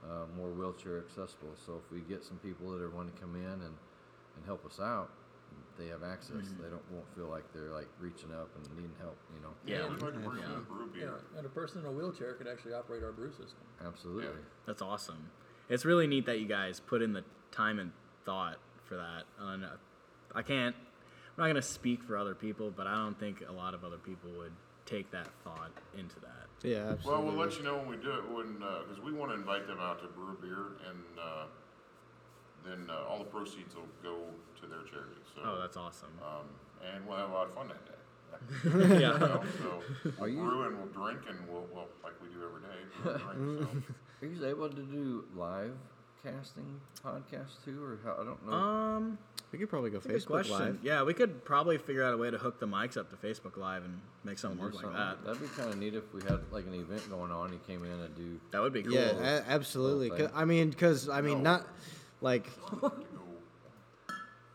uh, more wheelchair accessible. So if we get some people that are wanting to come in and, and help us out, they have access. They don't won't feel like they're like reaching up and needing help. You know. Yeah, we'd like to bring in a brew Yeah, beer. and a person in a wheelchair could actually operate our brew system. Absolutely. That's awesome. It's really neat that you guys put in the time and thought for that. And uh, I can't, I'm not going to speak for other people, but I don't think a lot of other people would take that thought into that. Yeah, absolutely. Well, we'll let you know when we do it, when, because we want to invite them out to brew a beer, and uh, then uh, all the proceeds will go to their charity. So, Oh, that's awesome. um, and we'll have a lot of fun that day. You yeah. know, so we'll you- brew and we'll drink and we'll, well like we do every day. We'll drink, so. Are you able to do live casting podcast too, or how, I don't know. Um, we could probably go good Facebook question. Live. Yeah, we could probably figure out a way to hook the mics up to Facebook Live and make something do work like something. that. That'd be kind of neat if we had like an event going on. and He came in and do. That would be cool. Yeah, a- absolutely. 'Cause- thing. I mean, because I mean, No. not like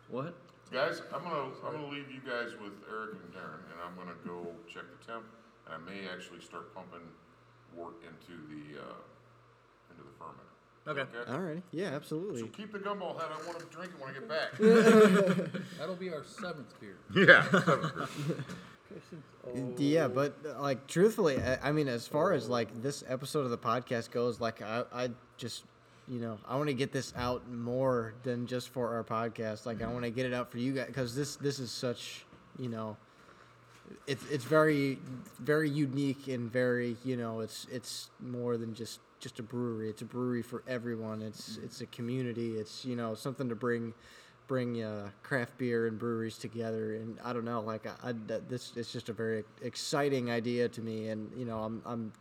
What? Guys, I'm gonna I'm gonna leave you guys with Eric and Darren, and I'm gonna go check the temp, and I may actually start pumping wort into the uh, into the ferment. Okay. alrighty. Yeah, absolutely. So keep the gumball head. I want to drink it when I get back. That'll be our seventh beer. yeah. Oh. Yeah, but uh, like truthfully, I, I mean, as far as like this episode of the podcast goes, like I, I just, you know, I want to get this out more than just for our podcast. Like I want to get it out for you guys because this, this is such, you know, it's it's very, very unique and very, you know, it's it's more than just just a brewery. It's a brewery for everyone. It's it's a community. It's you know something to bring bring uh, craft beer and breweries together. And I don't know, like I, I that- this it's just a very exciting idea to me. And you know, I'm I'm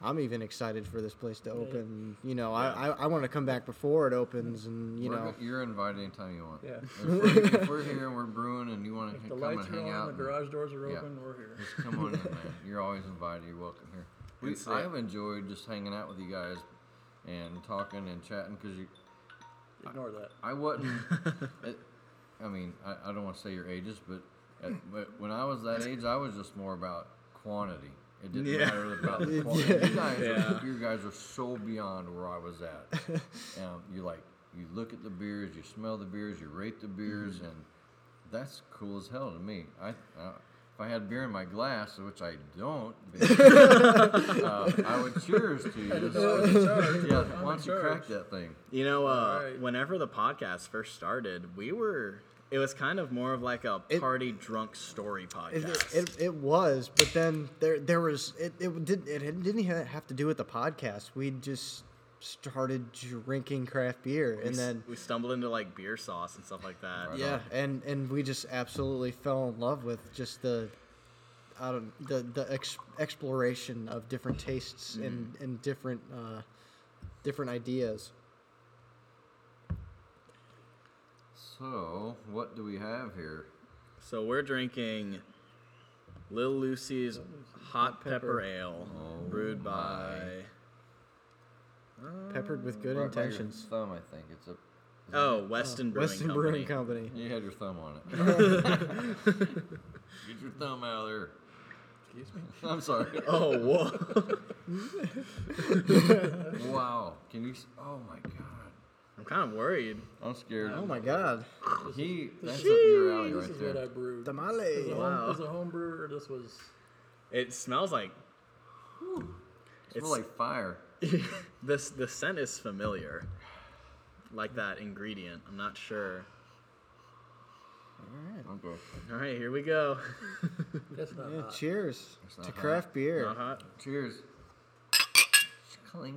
I'm even excited for this place to open. You know, I I, I want to come back before it opens, and you We're know. go- you're invited anytime you want. Yeah. If we're, if we're here and we're brewing and you want to If the come lights and are hang on, out, the and garage doors are yeah. open, we're here. just come on in, man. You're always invited. You're welcome here. We, It's, uh, I have enjoyed just hanging out with you guys and talking and chatting because you Uh, Ignore that. I wasn't. it, I mean, I, I don't want to say your ages, but, at, but when I was that age, I was just more about quantity. It didn't Yeah. matter about the quantity. You, guys Yeah. are, you guys are so beyond where I was at. um, you like you look at the beers, you smell the beers, you rate the beers, Mm-hmm. and that's cool as hell to me. I. I if I had beer in my glass, which I don't, uh, I would cheers to you. Yeah, why don't you crack that thing? You know, uh, right. whenever the podcast first started, we were. It was kind of more of like a It- party drunk story It, podcast. it, it was, but then there there was it, it did it didn't even have to do with the podcast. We just started drinking craft beer, we, and s- then we stumbled into like beer sauce and stuff like that. Right. yeah, and and we just absolutely fell in love with just the I don't the the ex, exploration of different tastes and and different uh, different ideas. So, what do we have here? So we're drinking Little Lucy's Hot Pepper, Ale, Oh brewed by. Peppered with good Right by your intentions. thumb, I think it's a. Oh, Weston Brewing Weston Company. Brewing Company. You had your thumb on it. Get your thumb out of there. Excuse me. I'm sorry. Oh, whoa! wow. Can you? s- Oh my God. I'm kind of worried. I'm scared. Oh my God, He. That's up your alley This right is what I there. brewed. As a, tamale. home, as a home brewer, this was It smells like It smells like fire. this. The scent is familiar, like that ingredient. I'm not sure. Okay. All right, here we go. that's not Yeah, hot. cheers not to hot. craft beer. Not hot. Cheers. Clink.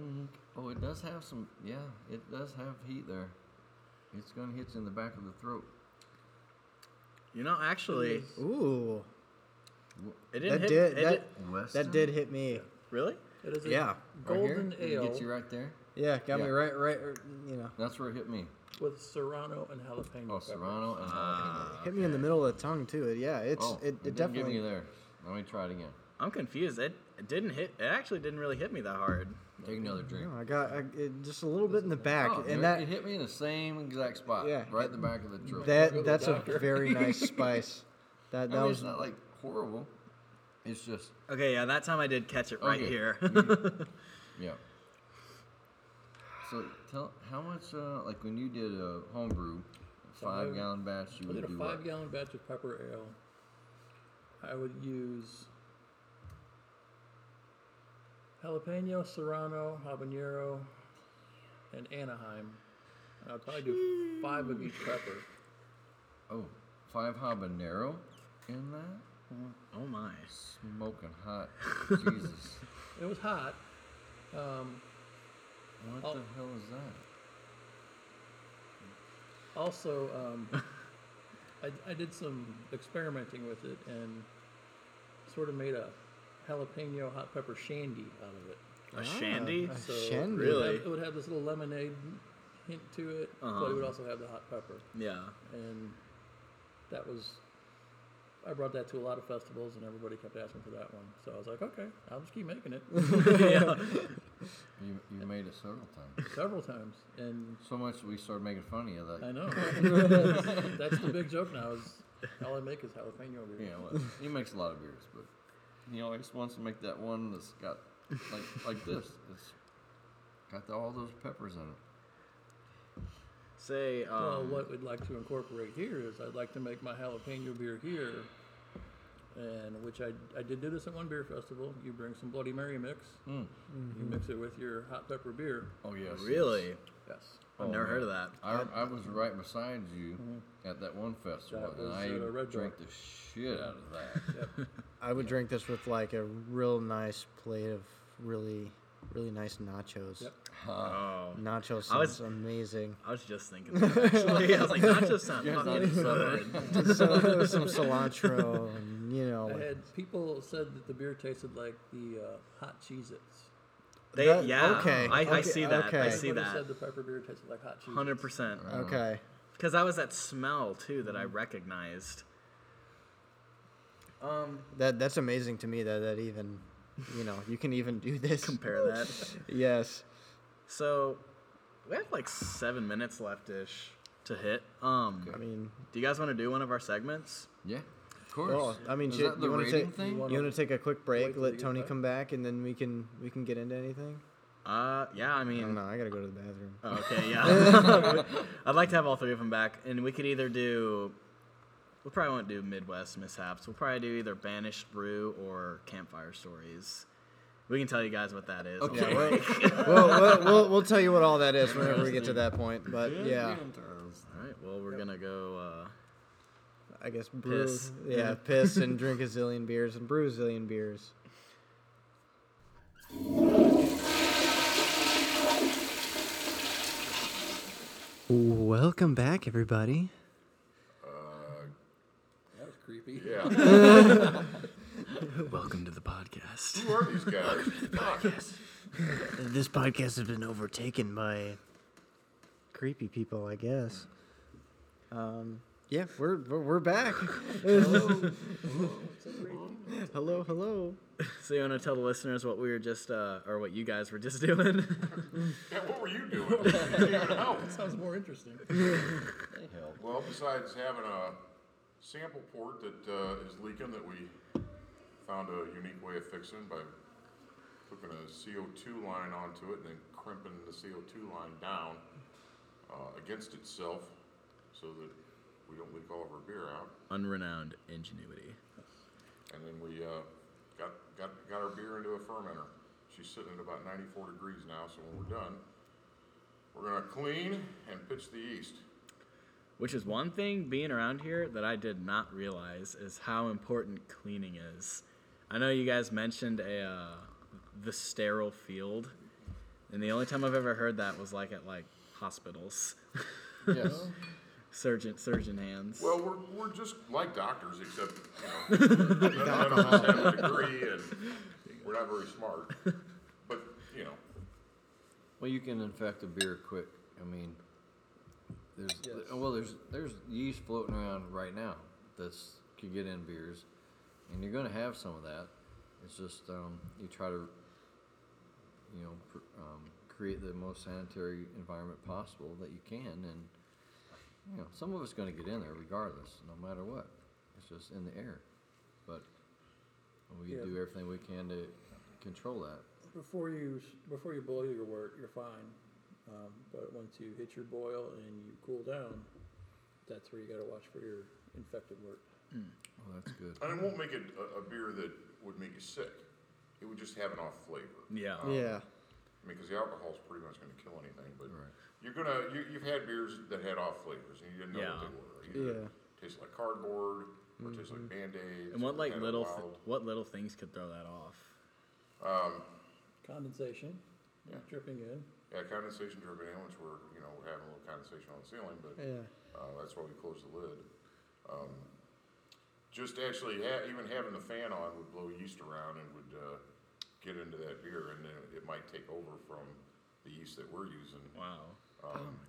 Oh, it does have some. Yeah, it does have heat there. It's gonna hit you in the back of the throat. You know, actually, Ooh. it didn't That hit. did it that, did- West. that did hit me. really? It is a- Yeah, Golden right here? Did it Ale. Get you right there. Yeah, got me Yeah. right, right. er, You know, That's where it hit me. with Serrano and jalapeno. Oh, pepper. Serrano and jalapeno. hit me in the middle of the tongue too. It- Yeah, uh, it's oh, it, it didn't get me definitely. there. Let me try it again. I'm confused. It, it didn't hit. It actually didn't really hit me that hard. Take another drink. No, I got I, it just a little bit in the back, Oh, and there- that it hit me in the same exact spot. Yeah. Right in the back of the throat. that that's a doctor. very nice spice. That I that mean, was it's not like horrible. It's just Okay, yeah, that time I did catch it right Okay. here. Oh yeah. So tell how much uh, like when you did a homebrew, a five gallon batch, you I would did a do five what? gallon batch of pepper ale. I would use jalapeno, serrano, habanero, and Anaheim. And I'd probably do five of each pepper. Oh, five habanero in that? oh my. Smoking hot. Jesus. It was hot. Um, What Oh. the hell is that? also, um, I, I did some experimenting with it and sort of made a jalapeno hot pepper shandy out of it. A shandy? a So, shandy. It would Really? have- It would have this little lemonade hint to it, but it would also have the hot pepper. Yeah. And that was, I brought that to a lot of festivals, and everybody kept asking for that one. So I was like, okay, I'll just keep making it You, you made it several times. several times. And So much we started making fun of you. Like, I know that's, that's the big joke now is all I make is jalapeno beer. Yeah, well, he makes a lot of beers, but he always wants to make that one that's got like like this. It's got the, all those peppers in it. Say, um, Well, what we'd like to incorporate here is I'd like to make my jalapeno beer here, and which I, I did do this at one beer festival. You bring some Bloody Mary mix, Mm. you mix it with your hot pepper beer. Oh yes. really? Yes. I've Oh, never heard of man. that. I, I was right beside you at that one festival, That and was I at a Red drank Rock. the shit out of that. I would drink this with like a real nice plate of really really nice nachos. Yep. Oh. Nachos I was- sounds amazing. I was just thinking that, actually. I was like, nachos sound You guys not fucking excited? good. so, some cilantro, and, you know, I like- had people said that the beer tasted like the uh, hot Cheez Its. They, That- yeah, okay, I, I okay, see that. I okay. see that. said the pepper beer tasted like hot Cheez Its. 100%. okay. Because that was that smell, too, that I recognized. That that's amazing to me that that even, you know, you can even do this. Compare that. Yes. So, we have like seven minutes left ish to hit. Um, I mean, Do you guys want to do one of our segments? yeah, of course. well, Oh, I mean, is you, that the you want to rating take thing? you Wanna want to take a quick break, till he let gets Tony back? come back, and then we can we can get into anything. Uh, yeah, I I don't mean, know. I gotta go to the bathroom. oh, okay, yeah. I'd like to have all three of them back, and we could either do. We probably won't do Midwest mishaps. We'll probably do either Banished Brew or Campfire Stories. We can tell you guys what that is. on the Yeah, way. we'll, we'll, we'll, we'll, we'll tell you what all that is whenever we get to that point. But yeah, All right. Well, we're gonna go. Uh, I guess brew, Piss. yeah, piss and drink a zillion beers and brew a zillion beers. Welcome back, everybody. That was creepy. Yeah. Welcome to the podcast. Who are these guys? Fuck. This podcast has been overtaken by creepy people, I guess. Um, yeah, we're we're we're back. hello, hello. So you want to tell the listeners what we were just, uh, or what you guys were just doing? Yeah, what were you doing? You didn't even help. Sounds more interesting. Well, besides having a sample port that uh, is leaking that we found a unique way of fixing by hooking a CO2 line onto it and then crimping the CO2 line down uh, against itself so that we don't leak all of our beer out. Unrenowned ingenuity. And then we uh, got, got, got our beer into a fermenter. She's sitting at about 94 degrees now, so when we're done, we're going to clean and pitch the yeast. Which is one thing being around here that I did not realize is how important cleaning is. I know you guys mentioned a uh, the sterile field, and the only time I've ever heard that was like at like hospitals, yes. surgeon surgeon hands. Well, we're, we're just like doctors, except, you know, none of us have a degree and we're not very smart. But, you know, Well, you can infect a beer quick. I mean, there's Yes. well, there's there's yeast floating around right now that's could get in beers, and you're gonna have some of that. It's just um, you try to, you know, pr- um, create the most sanitary environment possible that you can, and you know, some of it's gonna get in there regardless, no matter what. It's just in the air, but we Yeah. do everything we can to control that. Before you s- before you boil your wort, you're fine. Um, but once you hit your boil and you cool down, that's where you got to watch for your infected wort. Well, that's good. and it won't make it a, a beer that would make you sick. It would just have an off flavor. Yeah. Yeah. I mean, because the alcohol's pretty much going to kill anything, but Right. you're gonna you, you've had beers that had off flavors and you didn't know what they were. Either Yeah. tastes like cardboard, or tastes like band aids. And what like little th- what little things could throw that off? um, Condensation, Yeah. dripping in. yeah, condensation driven in, which we're you know we're having a little condensation on the ceiling, but Yeah. uh, that's why we closed the lid. Um, just actually, ha- even having the fan on would blow yeast around and would uh, get into that beer, and then it might take over from the yeast that we're using. Wow. Um,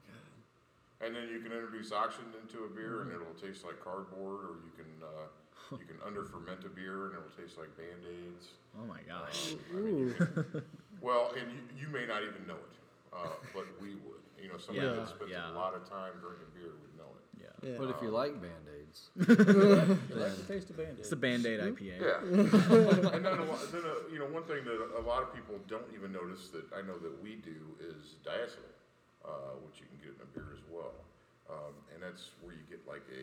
And then you can introduce oxygen into a beer, and it'll taste like cardboard. Or you can uh, you can under ferment a beer, and it'll taste like band aids. Oh my gosh. Well, and you, you may not even know it, uh, but we would. You know, somebody Yeah, that spends yeah. a lot of time drinking beer would know it. Yeah. Yeah. But if you like band aids, That's the taste of band It's the Band Aid IPA. Yeah. and then, a lot, then uh you know, one thing that a lot of people don't even notice that I know that we do is diacetyl, uh, which you can get in a beer as well. Um, and that's where you get like a,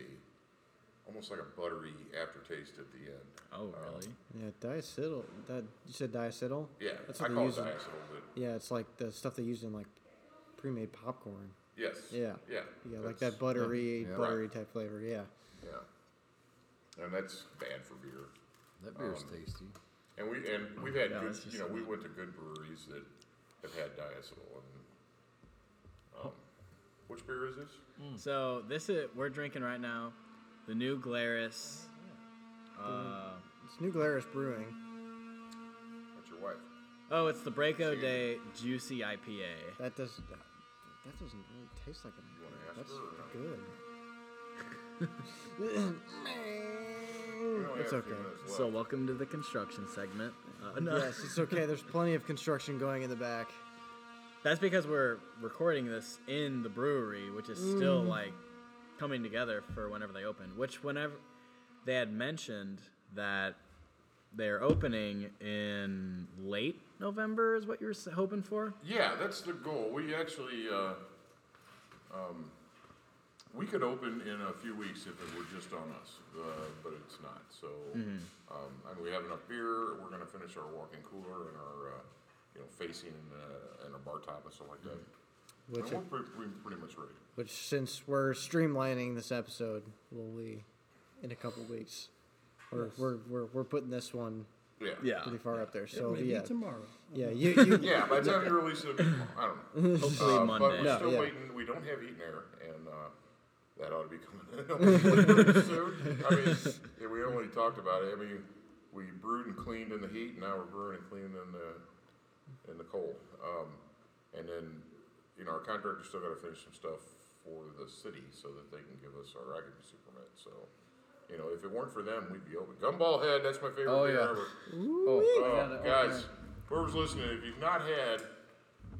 almost like a buttery aftertaste at the end. Oh really? Yeah. Diacetyl. That you said diacetyl. Yeah, That's I what they call it use in- diacetyl, but Yeah, it's like the stuff they use in like pre-made popcorn. yes. Yeah. Yeah. Yeah, like that's- that buttery, yeah. buttery type flavor. Yeah. Yeah. And that's bad for beer. that beer's tasty. And we and we've had Yeah, good, that's you know, we went to good breweries that have had diacetyl and um, which beer is this? So this is we're drinking right now, the new Glarus. Uh, It's New Glarus Brewing. That's your wife. oh, it's the Breako Day Juicy IPA. That does. That, that doesn't really taste like You wanna a. ask That's her or not? good. We only it's have okay. a few minutes So left. welcome to the construction segment. Uh, no, Yes, it's okay. There's plenty of construction going in the back. that's because we're recording this in the brewery, which is still like coming together for whenever they open. Which whenever they had mentioned that they're opening in late November is what you were s- hoping for. Yeah, that's the goal. We actually, uh, um, we could open in a few weeks if it were just on us, uh, but it's not. So, um, and we have enough beer. We're gonna finish our walk-in cooler and our, uh, you know, facing and, uh, and our bar top and stuff like that. Which, and we're pretty, pretty much ready. which, since we're streamlining this episode, will we, in a couple weeks, we're, we're, we're, we're putting this one Yeah. pretty far up there. So Maybe Oh, yeah, tomorrow. yeah, you, you Yeah, by the time you release it, I don't know. Hopefully Uh, But Monday. we're No, still yeah. waiting. We don't have heat and air, and uh, that ought to be coming in soon. I mean, yeah, we only talked about it. I mean, we brewed and cleaned in the heat, and now we're brewing and cleaning in the in the cold. Um, and then, you know, our contractor's still got to finish some stuff for the city so that they can give us our occupancy permit. So. You know, if it weren't for them, we'd be open. Gumball Head, that's my favorite Oh, beer yeah. ever. Oh, Oh, guys, whoever's listening, if you've not had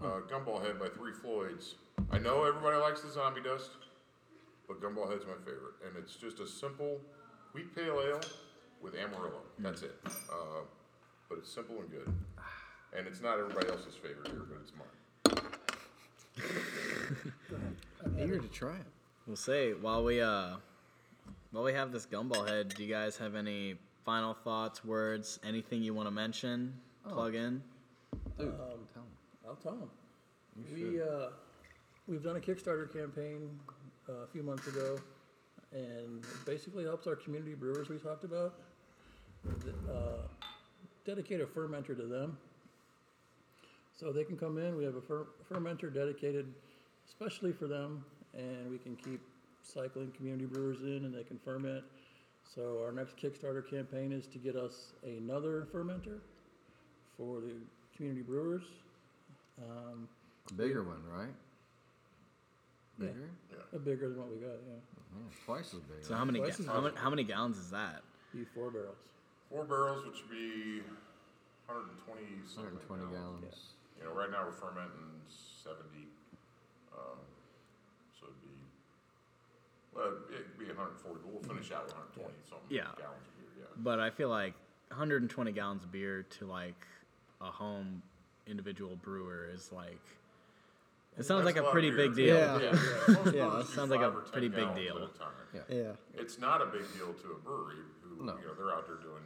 uh, Gumball Head by Three Floyds, I know everybody likes the zombie dust, but Gumball Head's my favorite. And it's just a simple wheat pale ale with Amarillo. That's it. Uh, but it's simple and good. And it's not everybody else's favorite beer, but it's mine. uh, I'm eager to try it. We'll say while we uh while we have this gumball head, do you guys have any final thoughts, words, anything you want to mention? Oh. Plug in. dude, Um, tell 'em. I'll tell them. we uh, we've done a Kickstarter campaign uh, a few months ago, and it basically helps our community brewers we talked about. Th- Uh, dedicate a fermenter to them, so they can come in. We have a fer- fermenter dedicated especially for them, and we can keep cycling community brewers in, and they can ferment. So our next Kickstarter campaign is to get us another fermenter for the community brewers. Um, Bigger one, right? Bigger? A bigger than what we got, yeah. Yeah, twice as big. So right? how many, Twice ga- as how, many how many gallons is that? Be four barrels. Four barrels, which would be 120 something 120 gallons. gallons. You know, right now we're fermenting 70. Um, so it'd be, well, it'd be 140. But we'll finish out with 120 something Yeah. gallons of beer. Yeah. But I feel like 120 gallons of beer to like a home individual brewer is like. It sounds That's like a lot of pretty beer. big deal. Yeah. yeah. Most Yeah, breweries that do sounds like a five or 10 pretty big gallons deal. At a time. Yeah. Yeah. It's not a big deal to a brewery who, No. you know, they're out there doing,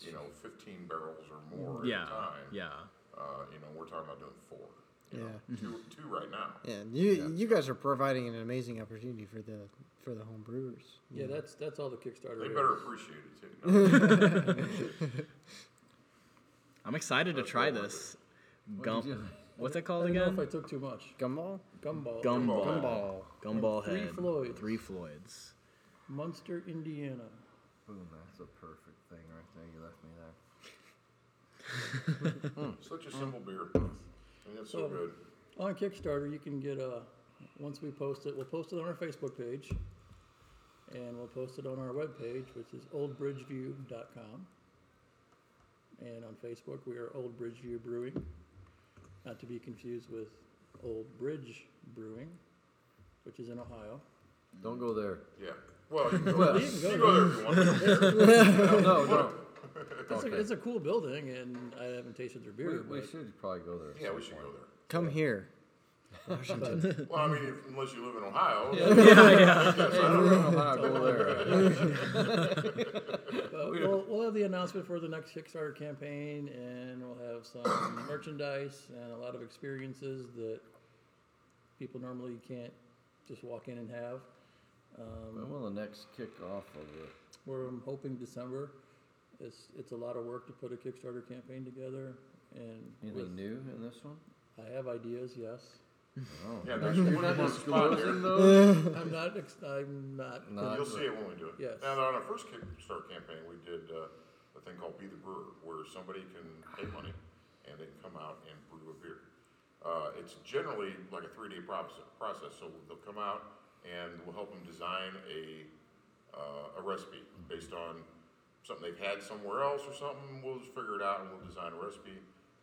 you know, 15 barrels or more Yeah. at a time. Yeah. Uh, you know, we're talking about doing four. You Yeah. Know, two, two right now. Yeah, and you you guys are providing an amazing opportunity for the for the home brewers. Yeah, that's that's all the Kickstarter. They is. better appreciate it too. No, I'm excited to Let's try go with this. What Gum- did you- What's it I called don't know if I again? took too much. Gumball? Gumball. Gumball. Gumball. Gumball Three head. Floyds. Three Floyds. Munster, Indiana. Boom, that's a perfect thing right there. You left me there. Such a simple beer. And it's so Well, good. On Kickstarter, you can get a. Once we post it, we'll post it on our Facebook page, and we'll post it on our webpage, which is oldbridgeview.com. And on Facebook, we are Old Bridgeview Brewing, not to be confused with Old Bridge Brewing, which is in Ohio. Don't go there. Yeah. Well, you can go, Well, you can go there if you want. We don't care. no, no. It's, Okay. a, it's a cool building, and I haven't tasted their We, beer, we but should probably go there. at Yeah, some we should point. go there. Come here. Well, I mean, if, unless you live in Ohio. Ohio, go there. Uh, we'll, we'll have the announcement for the next Kickstarter campaign, and we'll have some merchandise and a lot of experiences that people normally can't just walk in and have. Um, When will the next kick off of it? we're um, hoping December. It's it's a lot of work to put a Kickstarter campaign together, and with- Anything new in this one? I have ideas. Yes, Oh. Yeah, there's one on the spot there. those? I'm not. Ex- I'm not. No. You'll see it when we do it. Yes. Now, on our first Kickstarter campaign, we did uh, a thing called Be the Brewer, where somebody can pay money and they can come out and brew a beer. Uh, it's generally like a three-day process, process. So they'll come out and we'll help them design a uh, a recipe based on something they've had somewhere else or something. We'll just figure it out and we'll design a recipe.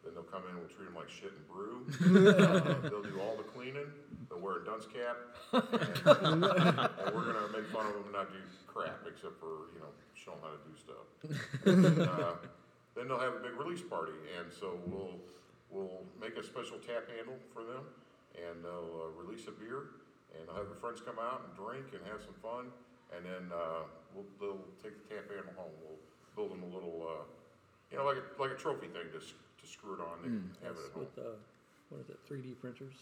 Then they'll come in, we'll treat them like shit and brew. uh, they'll do all the cleaning. They'll wear a dunce cap. And, and we're gonna make fun of them and not do crap except for you know show them how to do stuff. uh, then they'll have a big release party, and so we'll we'll make a special tap handle for them, and they'll uh, release a beer, and they'll have their friends come out and drink and have some fun, and then uh, we'll they'll take the tap handle home. We'll build them a little. Uh, you know, like a, like a trophy thing to, s- to screw it on and have it It's at home. with uh, what is it? 3D printers.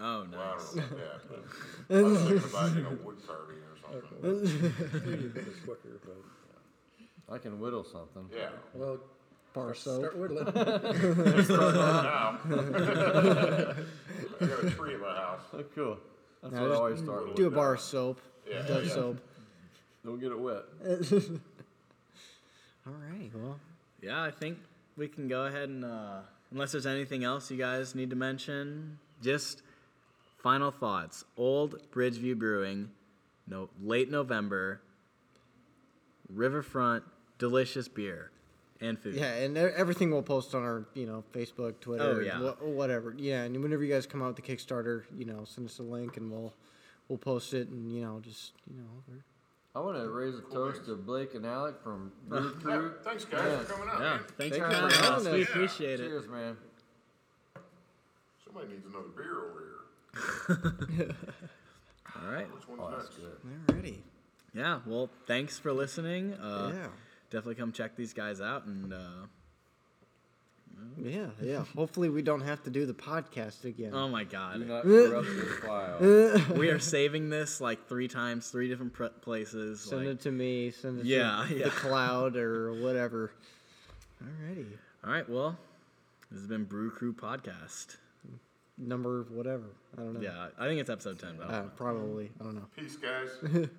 Oh, Well, I nice. don't know about that. but I was thinking about, you know, wood carving or something. 3D printers quicker, but I can whittle something. Yeah. well, Bar soap. start whittling. now. I got a tree in my house. Oh, cool. That's No, what I just always start with. Do a bar of soap. Yeah, Dove yeah. soap. Don't get it wet. All right. Well, Yeah, I think we can go ahead and, uh, unless there's anything else you guys need to mention, just final thoughts. Old Bridgeview Brewing, no, late November, riverfront, delicious beer and food. yeah, and e- everything we'll post on our, you know, Facebook, Twitter, Oh, yeah. wha- whatever. Yeah, and whenever you guys come out with the Kickstarter, you know, send us a link and we'll we'll post it and you know just you know we're- I want to raise a toast to Blake and Alec from Brew Yeah, Crew. thanks, guys, for coming out. Yeah, man. thanks Thanks for for having having us. us. We Yeah. appreciate it. Cheers, man. Somebody needs another beer over here. All right. Which one's Oh, that's next? good. they're ready. Yeah, well, thanks for listening. Uh, Yeah. Definitely come check these guys out and uh, Yeah, yeah. Hopefully we don't have to do the podcast again. oh my Do god, not corrupt this file. we are saving this like three times, three different pr- places. send like- it to me. Send it Yeah, to yeah. the cloud or whatever. Alrighty, All right, well, this has been Brew Crew podcast. number whatever. I don't know. Yeah, I think it's episode ten. But I don't Uh, probably. I don't know. Peace, guys.